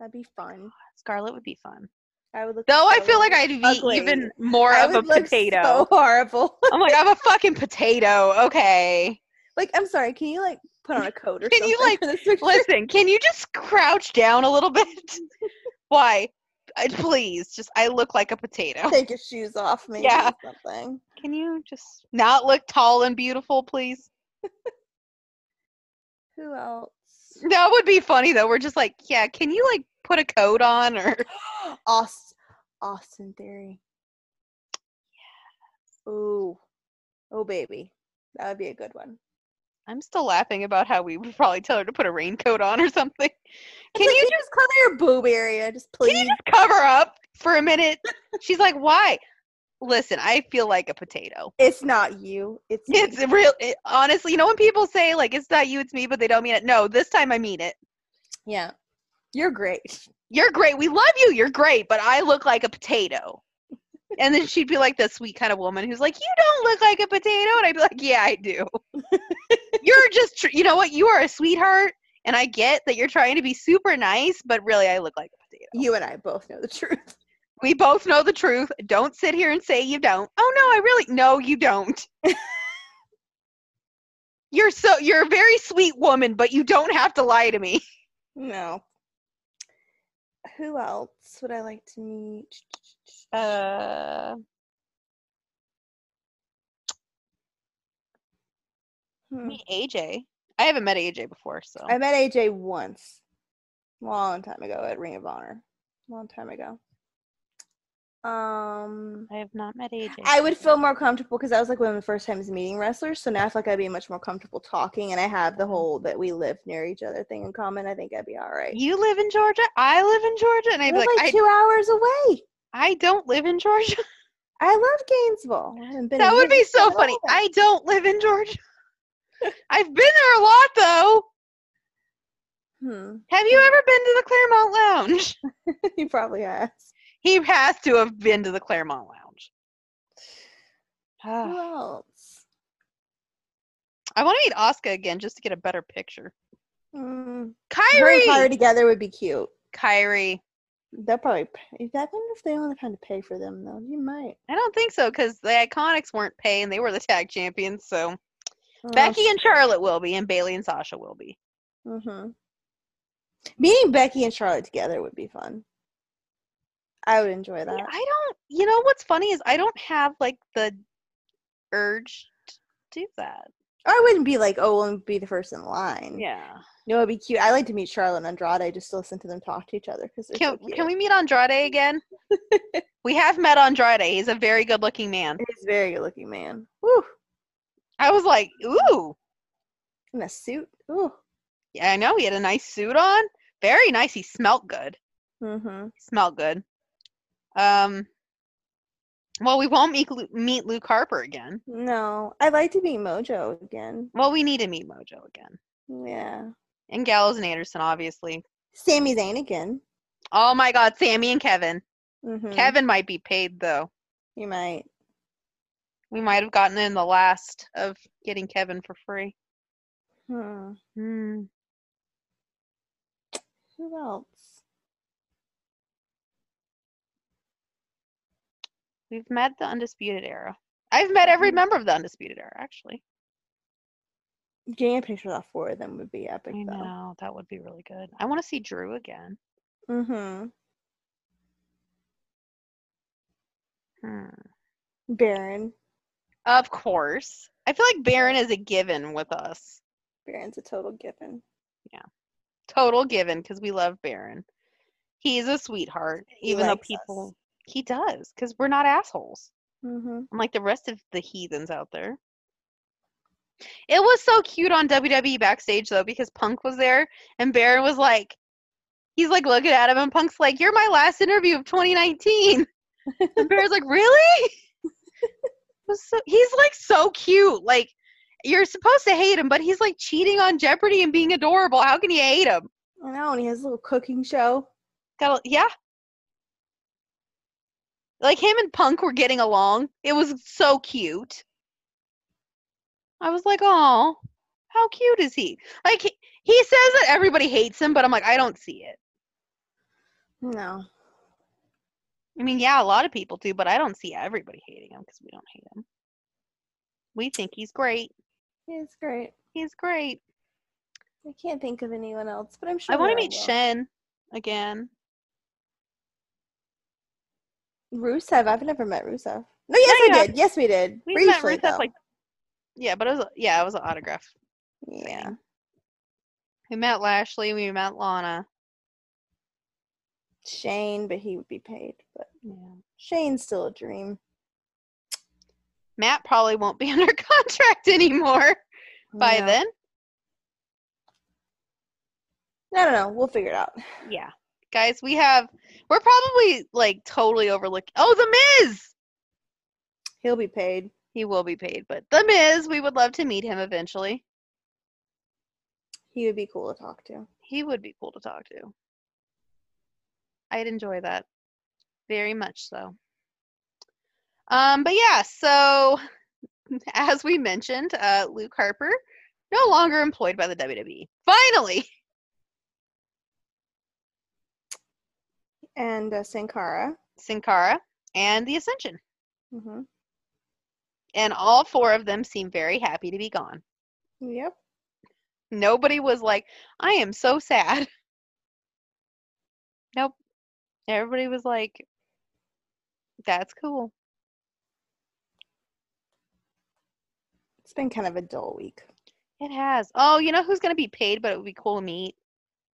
S2: That'd be fun.
S1: Scarlet would be fun.
S2: I would look.
S1: Though I feel like
S2: so
S1: I'd be
S2: ugly.
S1: even more
S2: I
S1: of a
S2: would look
S1: potato. *laughs*
S2: So *laughs* horrible.
S1: I'm like, I'm a fucking potato. Okay.
S2: like, I'm sorry. Can you like put on a coat or
S1: Can
S2: something?
S1: you, like,
S2: for this picture?
S1: Listen, can you just crouch down a little bit? *laughs* Why? Uh, Please, just I look like a *laughs* potato.
S2: take your shoes off, maybe
S1: Yeah.
S2: or something.
S1: Can you just not look tall and beautiful, please?
S2: Who else?
S1: *gasps* That would be funny though. We're just like, yeah, can you like put a coat on or
S2: Austin, Austin Theory. Ooh, oh baby, that would be a good one.
S1: *laughs* I'm still laughing about how we would probably tell her to put a raincoat on or *laughs* something.
S2: It's
S1: Can
S2: like,
S1: you
S2: just cover your boob area? Just please.
S1: just cover up for a minute? She's like, why? Listen, I feel like a potato.
S2: it's not you. It's me.
S1: It's real. It, honestly, you know when people say like it's not you, it's me, but they don't mean it. No, this time I mean it.
S2: yeah.
S1: *laughs*
S2: You're great.
S1: You're great. We love you. You're great, but I look like a potato. And then she'd be like the sweet kind of woman who's like, "You don't look like a potato," and I'd be like, "Yeah, I do. you're just, tr- you know what? You are a sweetheart, and I get that you're trying to be super nice, but really, I look like a potato.
S2: You and I both know the truth.
S1: We both know the truth. Don't sit here and say you don't. Oh no, I really no, you *laughs* don't. you're so you're a very sweet woman, but you don't have to lie to me.
S2: No. Who else would I like to meet?
S1: Uh,
S2: Hmm.
S1: meet AJ. I haven't met AJ before, so
S2: I met AJ once, long time ago at Ring of Honor, long time ago. Um,
S1: I have not met AJ.
S2: I would feel more comfortable because that was like one of the first times meeting wrestlers. So now I feel like I'd be much more comfortable talking, and I have the whole that we live near each other thing in common. I think I'd be all right.
S1: You live in Georgia. I live in Georgia, and I'd
S2: We're
S1: be
S2: like,
S1: like, I,
S2: two hours away.
S1: I don't live in Georgia.
S2: I love Gainesville. I haven't been
S1: That
S2: in
S1: would be
S2: years, but
S1: so
S2: I
S1: funny.
S2: love it.
S1: I don't live in Georgia.
S2: *laughs*
S1: I've been there a lot though.
S2: hmm. *laughs*
S1: Have you ever been to the Claremont Lounge?
S2: you probably has.
S1: He has to have been to the Claremont Lounge.
S2: Who
S1: Ah,
S2: else?
S1: *sighs* I want to meet Oscar again just to get a better picture.
S2: Mm. Her and Kyrie
S1: Kyrie,
S2: together would be cute.
S1: Kyrie.
S2: They'll probably. Pay. I wonder if they only kind of pay for them though. You might.
S1: I don't think so because the Iconics weren't paying; they were the tag champions. So
S2: Oh,
S1: Becky and Charlotte will be, and Bailey and Sasha will be.
S2: Mm-hmm. Meeting Becky and Charlotte together would be fun. I would enjoy
S1: Yeah,
S2: that.
S1: I don't. You know what's funny is I don't have like the urge to do that.
S2: Or I wouldn't be like, oh, we'll be the first in line.
S1: Yeah.
S2: No, it'd be cute. I like to meet Charlotte and Andrade just to listen to them talk to each other because they're
S1: Can
S2: so cute.
S1: Can we meet Andrade
S2: *laughs*
S1: again? we have met Andrade. He's a very good-looking man.
S2: He's a very good looking man. Woo!
S1: I was like, ooh.
S2: In a suit. Ooh.
S1: Yeah, I know he had a nice suit on. Very nice. He smelt good.
S2: Mm-hmm.
S1: He smelled good. Um. Well, we won't meet Lu- meet Luke Harper again.
S2: No, I'd like to meet Mojo again.
S1: Well, we need to meet Mojo again,
S2: Yeah.
S1: and Gallows and Anderson, obviously.
S2: Sami Zayn again.
S1: Oh my God, Sammy and Kevin.
S2: Mm-hmm.
S1: Kevin might be paid though.
S2: You might.
S1: We might have gotten in the last of getting Kevin for free.
S2: Hmm.
S1: Hmm.
S2: Who else?
S1: We've met the Undisputed Era. I've met every
S2: Mhm.
S1: member of the Undisputed Era, actually.
S2: Getting a picture of all four of them would be epic,
S1: I
S2: though.
S1: know. That would be really good. I want to see Drew again.
S2: Mm-hmm.
S1: Hmm.
S2: Baron.
S1: Of course. I feel like Baron is a given with us.
S2: Baron's a total given.
S1: Total given because we love Baron. He's a sweetheart,
S2: He
S1: even though
S2: likes us.
S1: people. He does because we're not assholes.
S2: Mm-hmm.
S1: unlike the rest of the heathens out there. It was so cute on WWE backstage though because Punk was there and Baron was like, he's like looking at him and Punk's like, "You're my last interview of *laughs* 2019." and Baron's like, "Really?" *laughs* It was so he's like so cute. Like you're supposed to hate him, but he's like cheating on Jeopardy and being adorable. How can you hate him?
S2: I know, and he has a little cooking show.
S1: Got a, yeah. Like him and Punk were getting along. It was so cute. I was like, "Oh, how cute is he?" Like he, he says that everybody hates him, but I'm like, I don't see it.
S2: No.
S1: I mean, yeah, a lot of people do, but I don't see everybody hating him because we don't hate him. We think he's great.
S2: It's great.
S1: He's great.
S2: I can't think of anyone else, but I'm sure.
S1: I want to
S2: there
S1: meet
S2: will.
S1: Shen again.
S2: Rusev. I've never met Rusev. No, yes, we
S1: you have.
S2: did. Yes, we did.
S1: We met
S2: Briefly,
S1: Rusev
S2: though.
S1: like, yeah, but it was a- yeah, it was an autograph.
S2: yeah.
S1: We met Lashley. We met Lana.
S2: Shane, but he would be paid. But
S1: Yeah.
S2: Shane's still a dream.
S1: Matt probably won't be *laughs* under contract anymore by
S2: No.
S1: then.
S2: No, no, no. We'll figure it out.
S1: Yeah. Guys, we have we're probably like totally overlooking Oh, the Miz.
S2: He'll be paid.
S1: He will be paid, but the Miz, we would love to meet him eventually.
S2: He would be cool to talk to.
S1: He would be cool to talk to. I'd enjoy that very much so. Um, but yeah, so *laughs* as we mentioned, uh Luke Harper no longer employed by the WWE. Finally.
S2: And uh, Sankara.
S1: Sin Cara and the Ascension.
S2: Mm-hmm.
S1: And all four of them seem very happy to be gone.
S2: Yep.
S1: Nobody was like, I am so sad. Nope. Everybody was like, that's cool.
S2: It's been kind of a dull week.
S1: It has. Oh, you know who's going to be paid, but it would be cool to meet?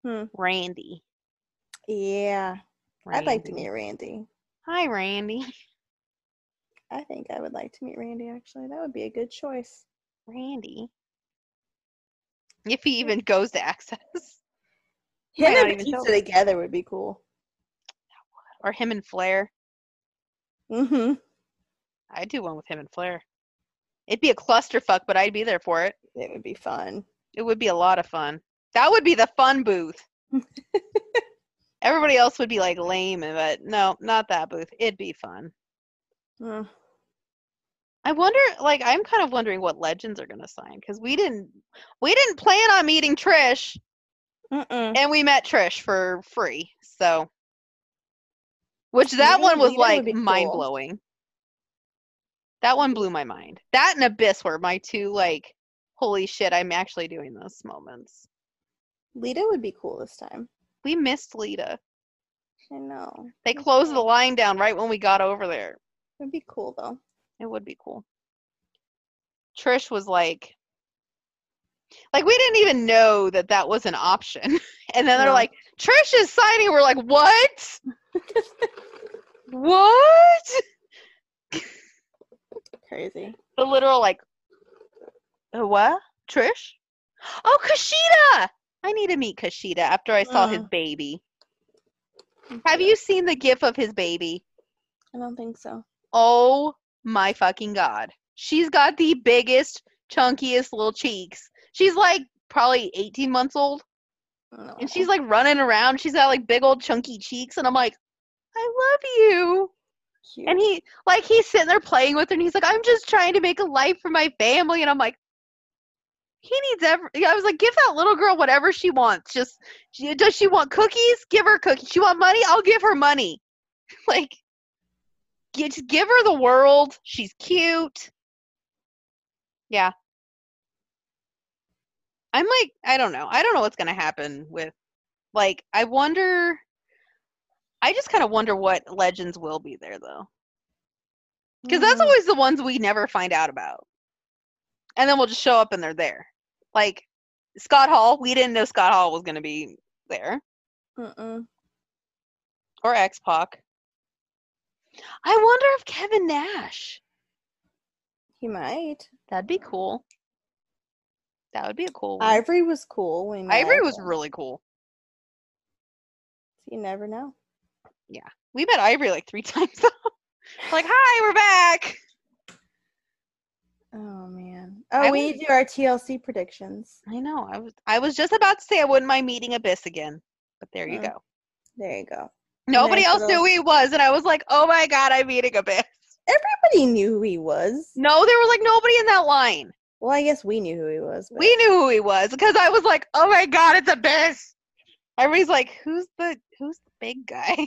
S2: Hmm.
S1: Randy.
S2: Yeah. I'd like to
S1: Randy.
S2: meet Randy.
S1: Hi, Randy. *laughs*
S2: I think I would like to meet Randy, actually. That would be a good choice.
S1: Randy. If he even goes to access, *laughs*
S2: Him
S1: might not
S2: and
S1: even show
S2: pizza together would be cool.
S1: or him and Flair.
S2: Mm-hmm.
S1: I'd do one with him and Flair. It'd be a clusterfuck, but I'd be there for it.
S2: It would be fun.
S1: It would be a lot of fun. That would be the fun booth. Everybody else would be like lame, but no, not that booth. It'd be fun.
S2: Mm.
S1: I wonder, like, I'm kind of wondering what legends are gonna sign because we didn't, we didn't plan on meeting Trish,
S2: Mm-mm.
S1: and we met Trish for free. So, which that one
S2: Meeting-
S1: was
S2: meeting would
S1: like
S2: be cool.
S1: mind blowing. That one blew my mind. That and Abyss were my two like, holy shit, I'm actually doing this moments.
S2: Lita would be cool this time.
S1: We missed Lita.
S2: I know.
S1: They
S2: That's
S1: closed
S2: right.
S1: the line down right when we got over there.
S2: It'd be cool though.
S1: It would be cool. Trish was like, like we didn't even know that that was an option, *laughs* and then they're
S2: No.
S1: like, Trish is signing. We're like, what? what?
S2: Crazy.
S1: The literal like, "Uh, what? Trish? Oh, Kushida! I need to meet Kushida after I saw his
S2: Mm.
S1: baby. Have you seen the gif of his baby?
S2: I don't think so.
S1: Oh my fucking god. She's got the biggest, chunkiest little cheeks. She's like probably 18 months old
S2: No.
S1: and she's like running around. She's got like big old chunky cheeks and I'm like, "I love you."
S2: Cute.
S1: And he like he's sitting there playing with her and he's like, "I'm just trying to make a life for my family." And I'm like, he needs every. I was like, give that little girl whatever she wants. Just she, does she want cookies? Give her cookies. She want money? I'll give her money. *laughs* like, gi- just give her the world. She's cute. Yeah. I'm like, I don't know. I don't know what's gonna happen with, like, I wonder. I just kind of wonder what legends will be there though, because that's
S2: Mm.
S1: always the ones we never find out about, and then we'll just show up and they're there. Like Scott Hall, we didn't know Scott Hall was gonna be there,
S2: Mm-mm.
S1: or X Pac. I wonder if Kevin Nash.
S2: He might.
S1: That'd be cool. That would be a cool. One.
S2: Ivory was cool. When he met
S1: Ivory was
S2: Ivory.
S1: really cool.
S2: You never know.
S1: We met Ivory like three *laughs* times though. like, hi, we're back.
S2: Oh man. Oh,
S1: I
S2: we
S1: would-
S2: need to do our TLC predictions.
S1: I know. I was I was just about to say I wouldn't mind meeting Abyss again, but there you
S2: Mm.
S1: go.
S2: There you go.
S1: Nobody
S2: Nice
S1: else knew
S2: little-
S1: who he was, and I was like, oh my god, I'm meeting Abyss.
S2: Everybody knew who he was.
S1: No, there was like nobody in that line.
S2: Well, I guess we knew who he was. but-
S1: We knew who he was because I was like, oh my god, it's Abyss. Everybody's like, who's the who's the big guy?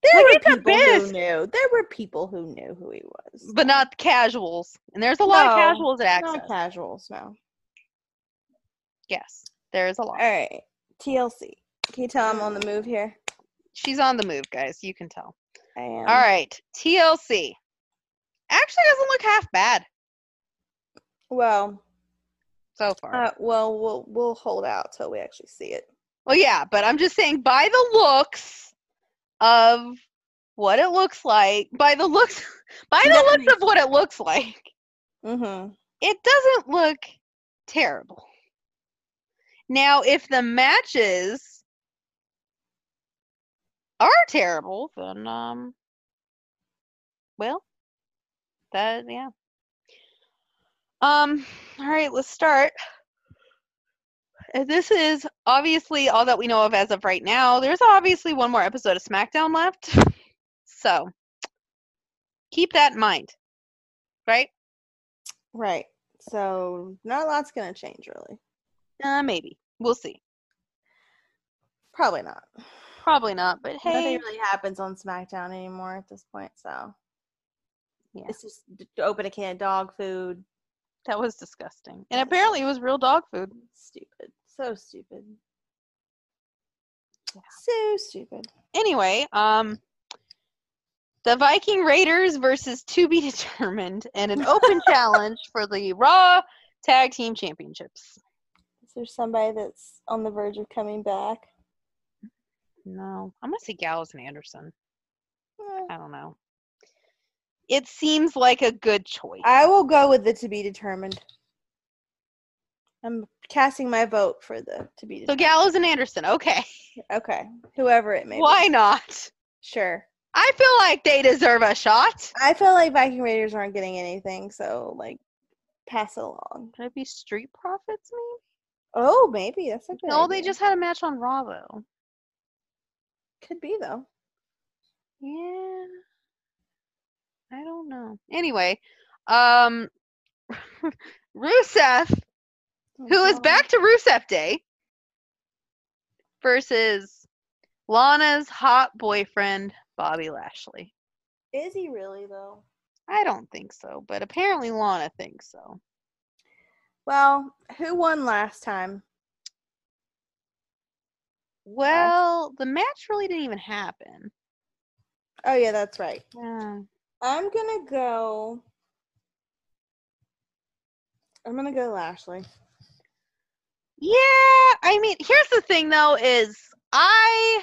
S1: *laughs*
S2: there
S1: Like,
S2: were
S1: it's
S2: people
S1: Abyss.
S2: who knew. There were people who knew who he was.
S1: But
S2: though.
S1: not the casuals. And there's a lot of
S2: No,
S1: casuals at Access.
S2: not casuals. No.
S1: yes, there is a lot.
S2: All right. TLC. Can you tell I'm on the move here?
S1: She's on the move, guys. You can tell.
S2: I am.
S1: All right, TLC. Actually, doesn't look half bad
S2: Well,
S1: so far.
S2: uh, well, we'll we'll hold out till we actually see it.
S1: Well, yeah, but I'm just saying by the looks of what it looks like, by the looks, *laughs* by the
S2: That
S1: looks of what it looks like,
S2: Mm-hmm.
S1: it doesn't look terrible. Now, if the matches are terrible, then um, well, that yeah. Um, all right, let's start. Uh, This is obviously all that we know of as of right now. There's obviously one more episode of SmackDown left, *laughs* so keep that in mind, right?
S2: Right. So not a lot's gonna change, really.
S1: Uh, maybe. We'll see.
S2: Probably not.
S1: Probably not, but hey.
S2: Nothing really happens on SmackDown anymore at this point. So
S1: Yeah.
S2: it's just d- to open a can of dog food.
S1: That was disgusting. And
S2: Yes.
S1: apparently it was real dog food.
S2: Stupid. So stupid. So stupid.
S1: Anyway, um the Viking Raiders versus to be *laughs* determined and an *laughs* open challenge for the Raw Tag Team Championships.
S2: Is there somebody that's on the verge of coming back?
S1: No. I'm gonna say Gallows and Anderson.
S2: Eh.
S1: I don't know. It seems like a good choice.
S2: I will go with the to be determined. I'm casting my vote for the to be
S1: so
S2: determined.
S1: Gallows and Anderson, okay.
S2: okay. Whoever it may be.
S1: Why not?
S2: Sure.
S1: I feel like they deserve a shot.
S2: I feel like Viking Raiders aren't getting anything, so like pass it along.
S1: Could it be Street Profits, maybe?
S2: Oh, maybe that's a good.
S1: No, they
S2: idea.
S1: just had a match on Raw though.
S2: could be though.
S1: Yeah. I don't know. Anyway, um *laughs* Rusev, who is back to Rusev Day versus Lana's hot boyfriend, Bobby Lashley.
S2: Is he really though?
S1: I don't think so, but apparently Lana thinks so.
S2: Well, who won last time?
S1: Well, the match really didn't even happen.
S2: Oh yeah, that's right.
S1: Yeah.
S2: I'm gonna go. I'm gonna go Lashley.
S1: Yeah, I mean, here's the thing though is I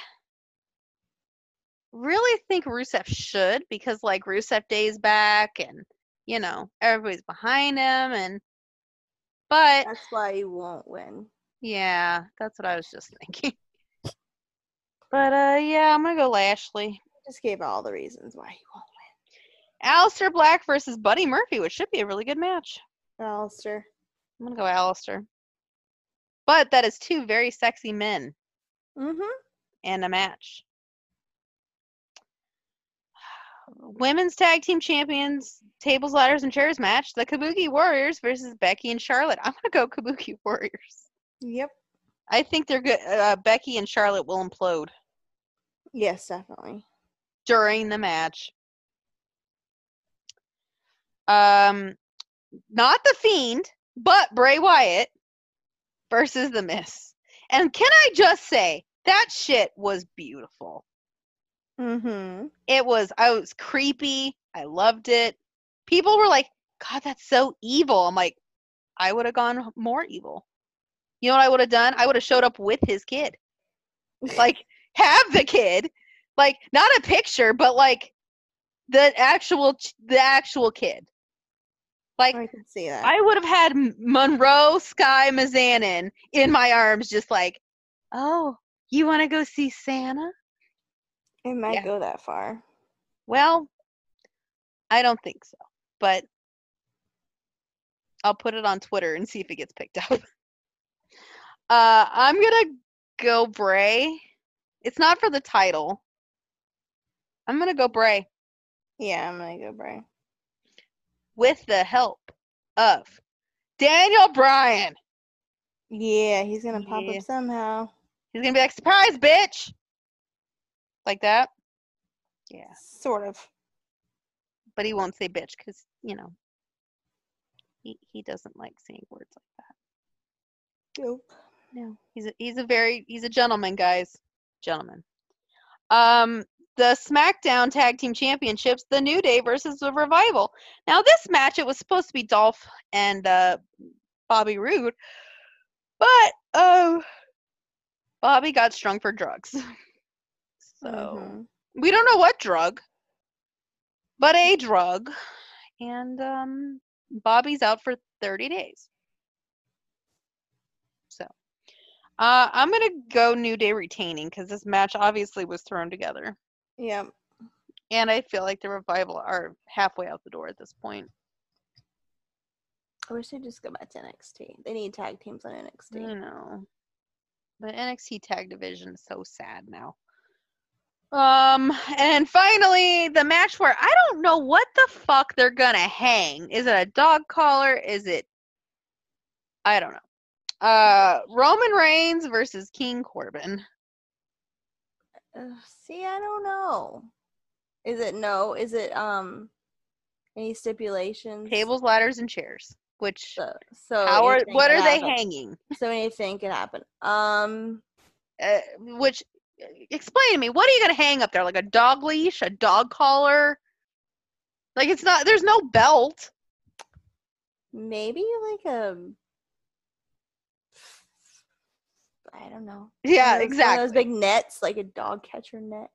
S1: really think Rusev should because like Rusev Day's back and you know, everybody's behind him and but
S2: That's why you won't win.
S1: yeah, that's what I was just *laughs* thinking. But uh yeah, I'm going to go Lashley.
S2: Just gave all the reasons why he won't
S1: Alistair Black versus Buddy Murphy, which should be a really good match.
S2: win. Alistair.
S1: I'm going to go Alistair. But that is two very sexy men
S2: Mm-hmm.
S1: and a match. Women's Tag Team Champions Tables, Ladders, and Chairs match: the Kabuki Warriors versus Becky and Charlotte. I'm gonna go Kabuki *laughs* Warriors.
S2: Yep.
S1: I think they're good. Uh, Becky and Charlotte will implode
S2: Yes, definitely.
S1: during the match. Um, not the Fiend, but Bray Wyatt versus The Miss. And can I just say that shit was beautiful.
S2: Mm-hmm.
S1: it was i was creepy i loved it people were like god that's so evil i'm like i would have gone more evil you know what i would have done i would have showed up with his kid like have the kid like not a picture but like the actual ch- the actual kid like
S2: I can see that.
S1: i would have had M- monroe sky mazanin in my arms just like oh you want to go see santa
S2: it might
S1: yeah.
S2: go that far.
S1: Well, I don't think so. But I'll put it on Twitter and see if it gets picked up. *laughs* Uh, I'm gonna go Bray. It's not for the title. I'm gonna go Bray
S2: Yeah, I'm gonna go Bray.
S1: with the help of Daniel Bryan.
S2: Yeah, he's gonna pop
S1: Yeah.
S2: up somehow.
S1: He's gonna be like, "Surprise, bitch!" Like that. Yeah,
S2: Sort of.
S1: but he won't say bitch because you know he he doesn't like saying words like that.
S2: Nope.
S1: No, he's a, he's a very he's a gentleman, guys. Gentleman. Um, the SmackDown Tag Team Championships: The New Day versus the Revival. Now, this match it was supposed to be Dolph and uh, Bobby Roode, but uh, Bobby got strung for drugs. *laughs* so
S2: Mhm.
S1: we don't know what drug, but a drug, and um, Bobby's out for 30 days. So uh, I'm gonna go New Day retaining because this match obviously was thrown together,
S2: Yep.
S1: and I feel like the revival are halfway out the door at this point.
S2: I wish they'd just go back to NXT. They need tag teams on NXT.
S1: You know, the NXT tag division is so sad now. Um, and finally, the match where I don't know what the fuck they're gonna hang. Is it a dog collar? Is it? I don't know. Uh, Roman Reigns versus King Corbin.
S2: Ugh, Uh, see, I don't know. Is it no? Is it um any stipulations?
S1: Tables, ladders, and chairs. Which
S2: So, so
S1: how are
S2: anything
S1: what
S2: can
S1: are they
S2: happen.
S1: hanging?
S2: So anything can happen. Um,
S1: Uh, which explain to me what are you gonna hang up there? Like a dog leash, a dog collar? Like it's not. There's no belt.
S2: maybe like a. I don't know.
S1: Yeah,
S2: One of those- one of
S1: exactly.
S2: Those big nets, like a dog catcher net.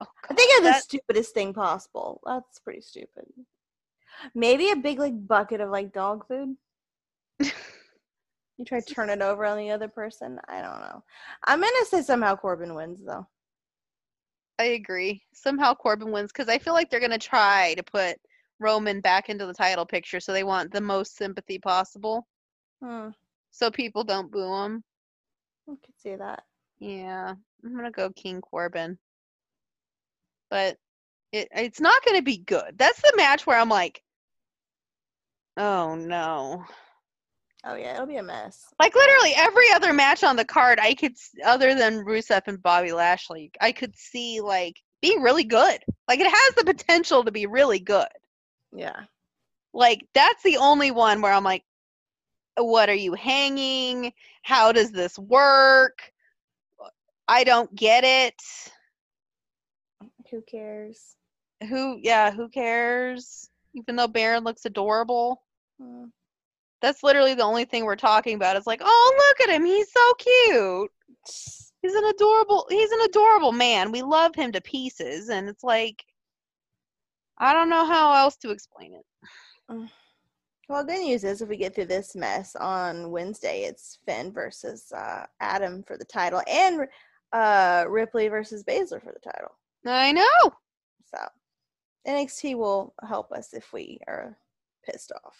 S1: Oh,
S2: I think of the
S1: that-
S2: stupidest thing possible. That's pretty stupid. Maybe a big like bucket of like dog food. you try to turn it over on the other person. I don't know. I'm gonna say somehow Corbin wins though.
S1: I agree. Somehow Corbin wins because I feel like they're gonna try to put Roman back into the title picture, so they want the most sympathy possible,
S2: Hmm,
S1: so people don't boo him.
S2: I could see that.
S1: Yeah, I'm gonna go King Corbin, but it it's not gonna be good. That's the match where I'm like, oh no.
S2: Oh yeah, it'll be a mess.
S1: Like literally every other match on the card, I could, s- other than Rusev and Bobby Lashley, I could see like being really good. Like it has the potential to be really good.
S2: Yeah.
S1: Like that's the only one where I'm like, what are you hanging? How does this work? I don't get it.
S2: Who cares?
S1: Who? Yeah, who cares? Even though Baron looks adorable,
S2: Hmm.
S1: that's literally the only thing we're talking about. It's like, oh look at him, he's so cute. he's an adorable he's an adorable man we love him to pieces and it's like i don't know how else to explain it
S2: Well, good news is if we get through this mess on Wednesday, it's Finn versus uh, Adam for the title, and uh, Ripley versus Baszler for the title.
S1: i know
S2: So NXT will help us if we are pissed off.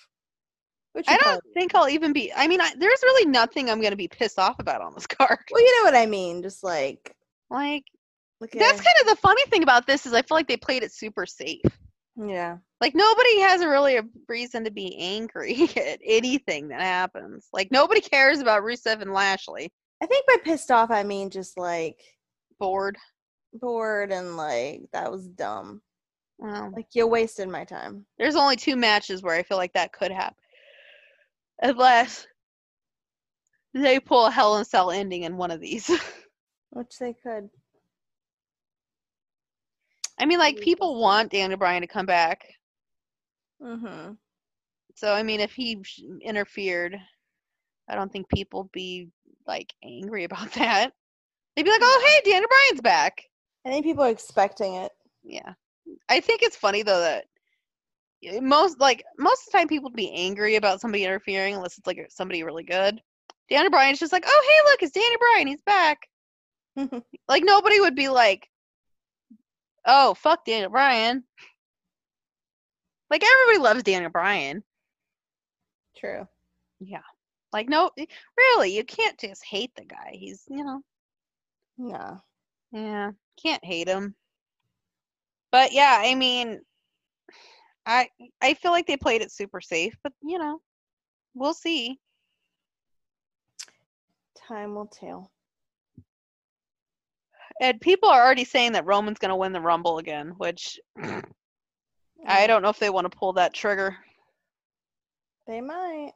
S2: Which
S1: i
S2: we
S1: don't
S2: probably-
S1: think i'll even be i mean I, there's really nothing i'm gonna be pissed off about on this *laughs* card
S2: Well, you know what I mean. Just like
S1: like
S2: look
S1: that's
S2: at
S1: kind of the funny thing about this is i feel like they played it super safe
S2: yeah.
S1: like nobody has a really a reason to be angry *laughs* at anything that happens like nobody cares about rusev and lashley
S2: I think by pissed off I mean just like
S1: bored
S2: bored and like that was dumb.
S1: well
S2: Like you wasted my time.
S1: There's only two matches where I feel like that could happen. Unless they pull a Hell in a Cell ending in one of these. *laughs*
S2: Which they could.
S1: I mean, like,
S2: Maybe
S1: people
S2: that's it.
S1: want Daniel Bryan to come back.
S2: Mm-hmm.
S1: So, I mean, if he sh- interfered, I don't think people would be, like, angry *laughs* about that. They'd be like, oh, hey, Daniel Bryan's back.
S2: I think people are expecting it.
S1: Yeah. I think it's funny, though, that y- most, like, most of the time people would be angry about somebody interfering unless it's, like, somebody really good. Daniel Bryan's just like, oh, hey, look, it's Daniel Bryan. He's back. Like nobody would be like, "Oh fuck Daniel Bryan." Like everybody loves Daniel Bryan.
S2: True.
S1: Like, no, eh, really, you can't just hate the guy. He's, you know,
S2: No.
S1: yeah, can't hate him. But yeah, I mean, I I feel like they played it super safe, but you know, we'll see.
S2: Time will tell.
S1: And people are already saying that Roman's going to win the Rumble again, which I don't know if they want to pull that trigger.
S2: They might.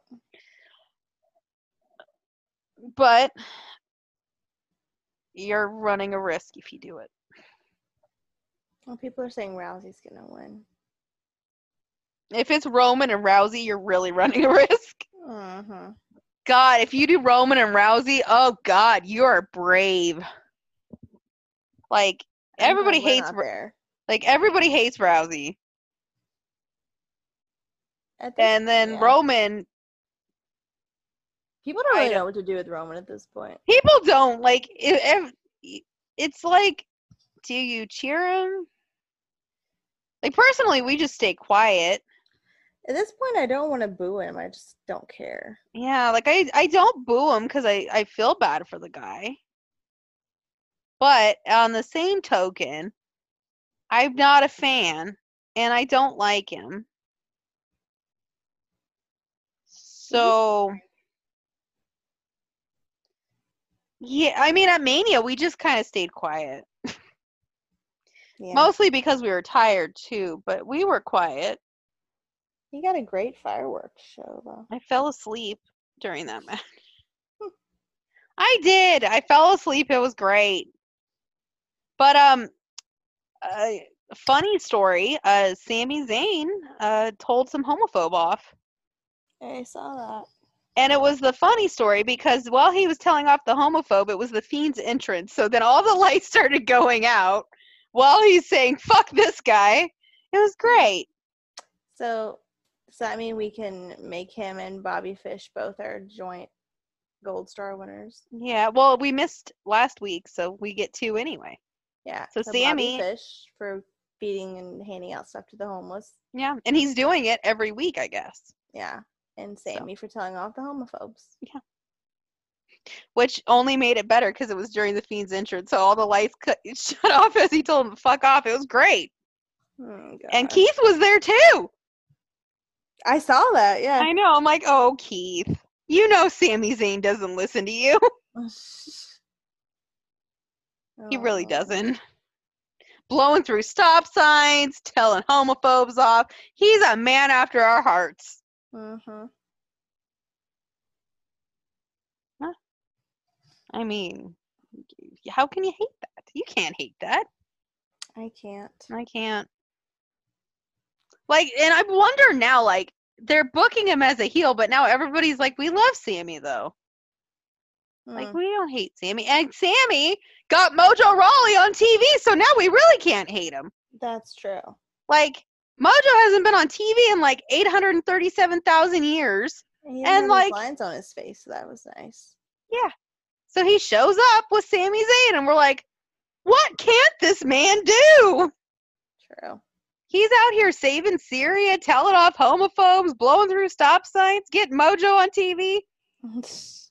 S1: But you're running a risk if you do it.
S2: Well, people are saying Rousey's gonna win.
S1: If it's Roman and Rousey, you're really *laughs* running a risk.
S2: Mm-hmm.
S1: God, if you do Roman and Rousey, oh God, you are brave. Like everybody hates Ro-
S2: her.
S1: like everybody hates Rousey, and then Roman.
S2: People don't
S1: I
S2: really
S1: don't-
S2: know what to do with Roman at this point.
S1: People don't like. If, if, it's like, do you cheer him? Like personally, we just stay quiet.
S2: At this point, I don't want to boo him. I just don't care.
S1: Yeah, like I I don't boo him because I I feel bad for the guy. But on the same token, I'm not a fan and I don't like him. So Yeah, I mean at Mania we just kind of stayed quiet.
S2: Yeah.
S1: Mostly because we were tired too, but we were quiet.
S2: he got a great fireworks show though.
S1: I fell asleep during that match. I did. I fell asleep. It was great. But um, uh, funny story. Uh, Sami Zayn uh told some homophobe off,
S2: I saw that.
S1: and it was the funny story because while he was telling off the homophobe, it was the fiend's entrance. So then all the *laughs* lights started going out while he's saying "fuck this guy." It was great.
S2: So does that mean we can make him and Bobby Fish both our joint gold star winners?
S1: Yeah. Well, we missed last week, so we get two anyway.
S2: Yeah.
S1: So
S2: Bobby
S1: Sammy-
S2: Fish for feeding and handing out stuff to the homeless.
S1: Yeah, and he's doing it every week, I guess.
S2: Yeah. And Sammy for telling off the homophobes.
S1: Which only made it better because it was during the Fiend's entrance, so all the lights cut, *laughs* shut off as he told him to fuck off. It was great,
S2: Oh,
S1: and
S2: God.
S1: Keith was there too.
S2: I saw that. Yeah.
S1: I know. I'm like, oh, Keith, you know, Sami Zayn doesn't listen to you. He really
S2: Oh.
S1: doesn't. Blowing through stop signs, telling homophobes off. He's a man after our hearts.
S2: Mhm.
S1: I mean, how can you hate that? You can't hate that.
S2: I can't.
S1: I can't. Like, and I wonder now, like, they're booking him as a heel, but now everybody's like, we love Sammy, though. Like,
S2: Mm.
S1: we don't hate Sammy. And Sammy got Mojo Rawley on TV, so now we really can't hate him.
S2: That's true.
S1: Like, Mojo hasn't been on TV in like 837,000 years.
S2: He didn't
S1: And,
S2: have
S1: like-
S2: those lines on his face, so that was nice.
S1: So he shows up with Sami Zayn, and we're like, what can't this man do? *laughs*
S2: True.
S1: He's out here saving Syria, telling off homophobes, blowing through stop signs, getting Mojo on TV. Does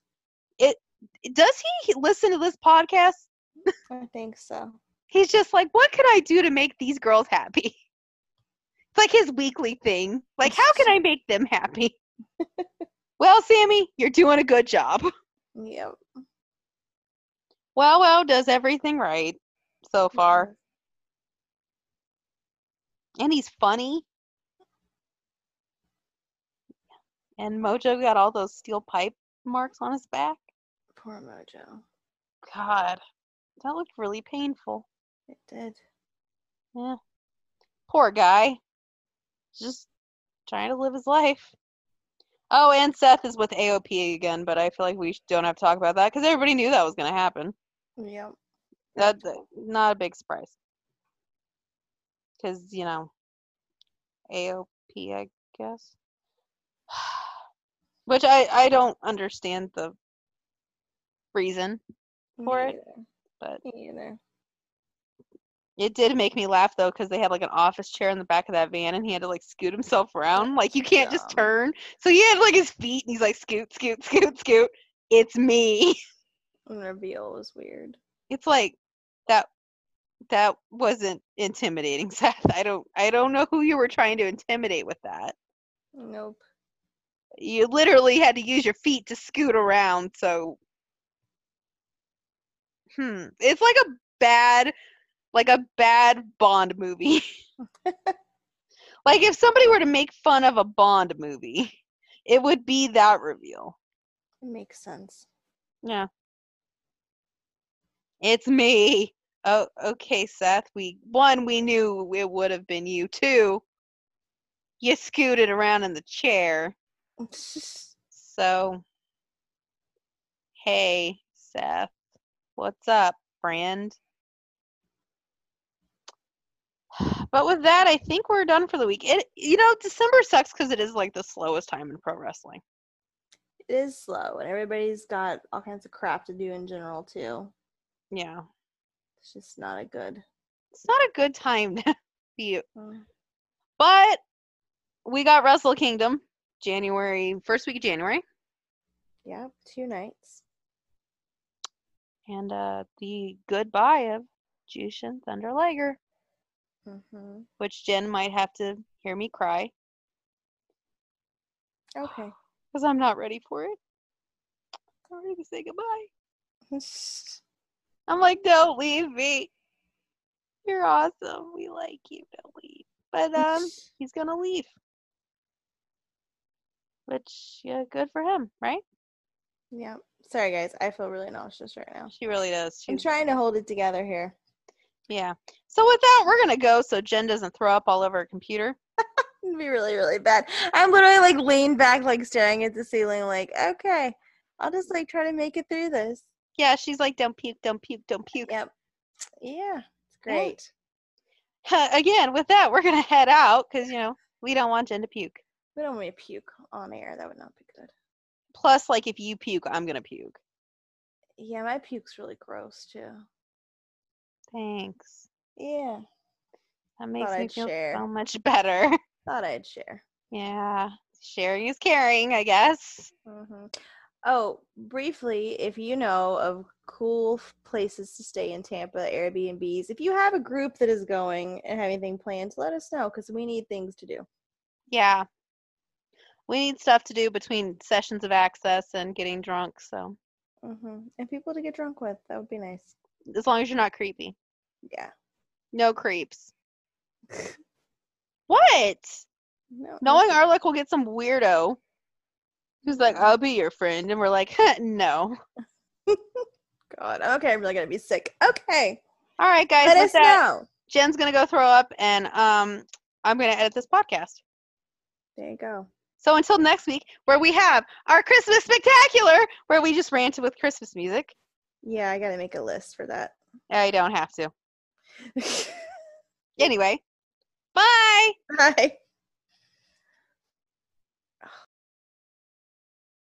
S1: he listen to this podcast?
S2: I think so.
S1: He's just like, what could I do to make these girls happy? *laughs* It's like his weekly thing. Like, how can I make them *laughs* happy? well, Sammy, you're doing a good job. *laughs*
S2: Yep.
S1: Well, well, does everything right so far. And he's funny. And Mojo got all those steel pipe marks on his back.
S2: Poor Mojo.
S1: God, that looked really painful.
S2: It did.
S1: Poor guy. Just trying to live his life. Oh, and Seth is with AOP again, but I feel like we sh- don't have to talk about that because everybody knew that was going to happen.
S2: Yep.
S1: That's uh, not a big surprise. Because, you know, AOP, I guess. *sighs* Which I, I don't understand the reason, for
S2: Me
S1: it,
S2: either.
S1: but
S2: Me either.
S1: It did make me laugh though, because they had like an office chair in the back of that van, and he had to like scoot himself around. Like you can't just
S2: Dumb.
S1: turn. So he had like his feet, and he's like scoot, scoot, scoot, scoot. It's me. *laughs*
S2: And reveal was weird.
S1: It's like that. That wasn't intimidating, *laughs* Seth. I don't. I don't know who you were trying to intimidate with that.
S2: Nope.
S1: You literally had to use your feet to scoot around. So, hmm, it's like a bad, like a bad Bond movie. *laughs* like if somebody were to make fun of a Bond movie, it would be that reveal.
S2: It makes sense. *laughs*
S1: Yeah. It's me. Oh, okay, Seth. We one, we knew it would have been you. Two, you scooted around in the chair. So, hey, Seth, what's up, friend? *sighs* But with that, I think we're done for the week. It, you know, December sucks because it is like the slowest time in pro wrestling.
S2: it is slow, and everybody's got all kinds of crap to do in general too.
S1: Yeah,
S2: It's just not a good.
S1: it's not a good time *laughs* to be.
S2: Mm.
S1: But we got Wrestle Kingdom January first week of January,
S2: Yeah, two nights.
S1: and uh, the goodbye of Jushin Thunder Liger.
S2: hmm
S1: which Jen might have to hear me cry *sighs*
S2: Okay.
S1: because I'm not ready for it. I'm ready to say goodbye. I'm like, don't leave me. You're awesome. We like you. Don't leave. But um, he's gonna leave, which yeah, good for him, right?
S2: yeah. Sorry, guys. I feel really nauseous right now.
S1: She really does.
S2: I'm
S1: She's,
S2: trying to hold it together here.
S1: yeah. So with that, we're gonna go so Jen doesn't throw up all over her computer.
S2: It'd be really, really bad. I'm literally like leaned back, like staring at the ceiling, like, okay, I'll just like try to make it through this.
S1: Yeah, she's like, don't puke, don't puke, don't puke.
S2: Yep. Yeah. It's
S1: Yeah.
S2: great.
S1: *laughs* Again, with that, we're gonna head out because you know we don't want Jen to puke.
S2: We don't want me to puke on air. That would not be good.
S1: plus like if you puke i'm gonna puke
S2: Yeah, my puke's really gross too.
S1: thanks
S2: Yeah.
S1: that makes me
S2: I'd
S1: feel
S2: share.
S1: so much *laughs* better
S2: Thought I'd share.
S1: yeah sharing is caring i guess
S2: hmm Oh, briefly, if you know of cool f- places to stay in Tampa, Airbnbs, if you have a group that is going and have anything planned, let us know because we need things to do.
S1: yeah we need stuff to do between sessions of access and getting drunk so
S2: hmm And people to get drunk with. That would be nice.
S1: as long as you're not creepy
S2: Yeah.
S1: no *laughs* creeps what
S2: No, oh
S1: knowing
S2: nothing.
S1: our luck we'll get some weirdo who's like i'll be your friend and we're like *laughs* "Huh, no
S2: God. Okay, I'm really going to be sick. Okay.
S1: all right guys
S2: let
S1: with
S2: us
S1: that,
S2: know.
S1: jen's gonna go throw up and um i'm gonna edit this podcast
S2: There you go.
S1: So until next week, where we have our Christmas spectacular, where we just ranted with Christmas music.
S2: Yeah, I got to make a list for that. *laughs*
S1: I don't have to. Anyway, bye.
S2: Bye.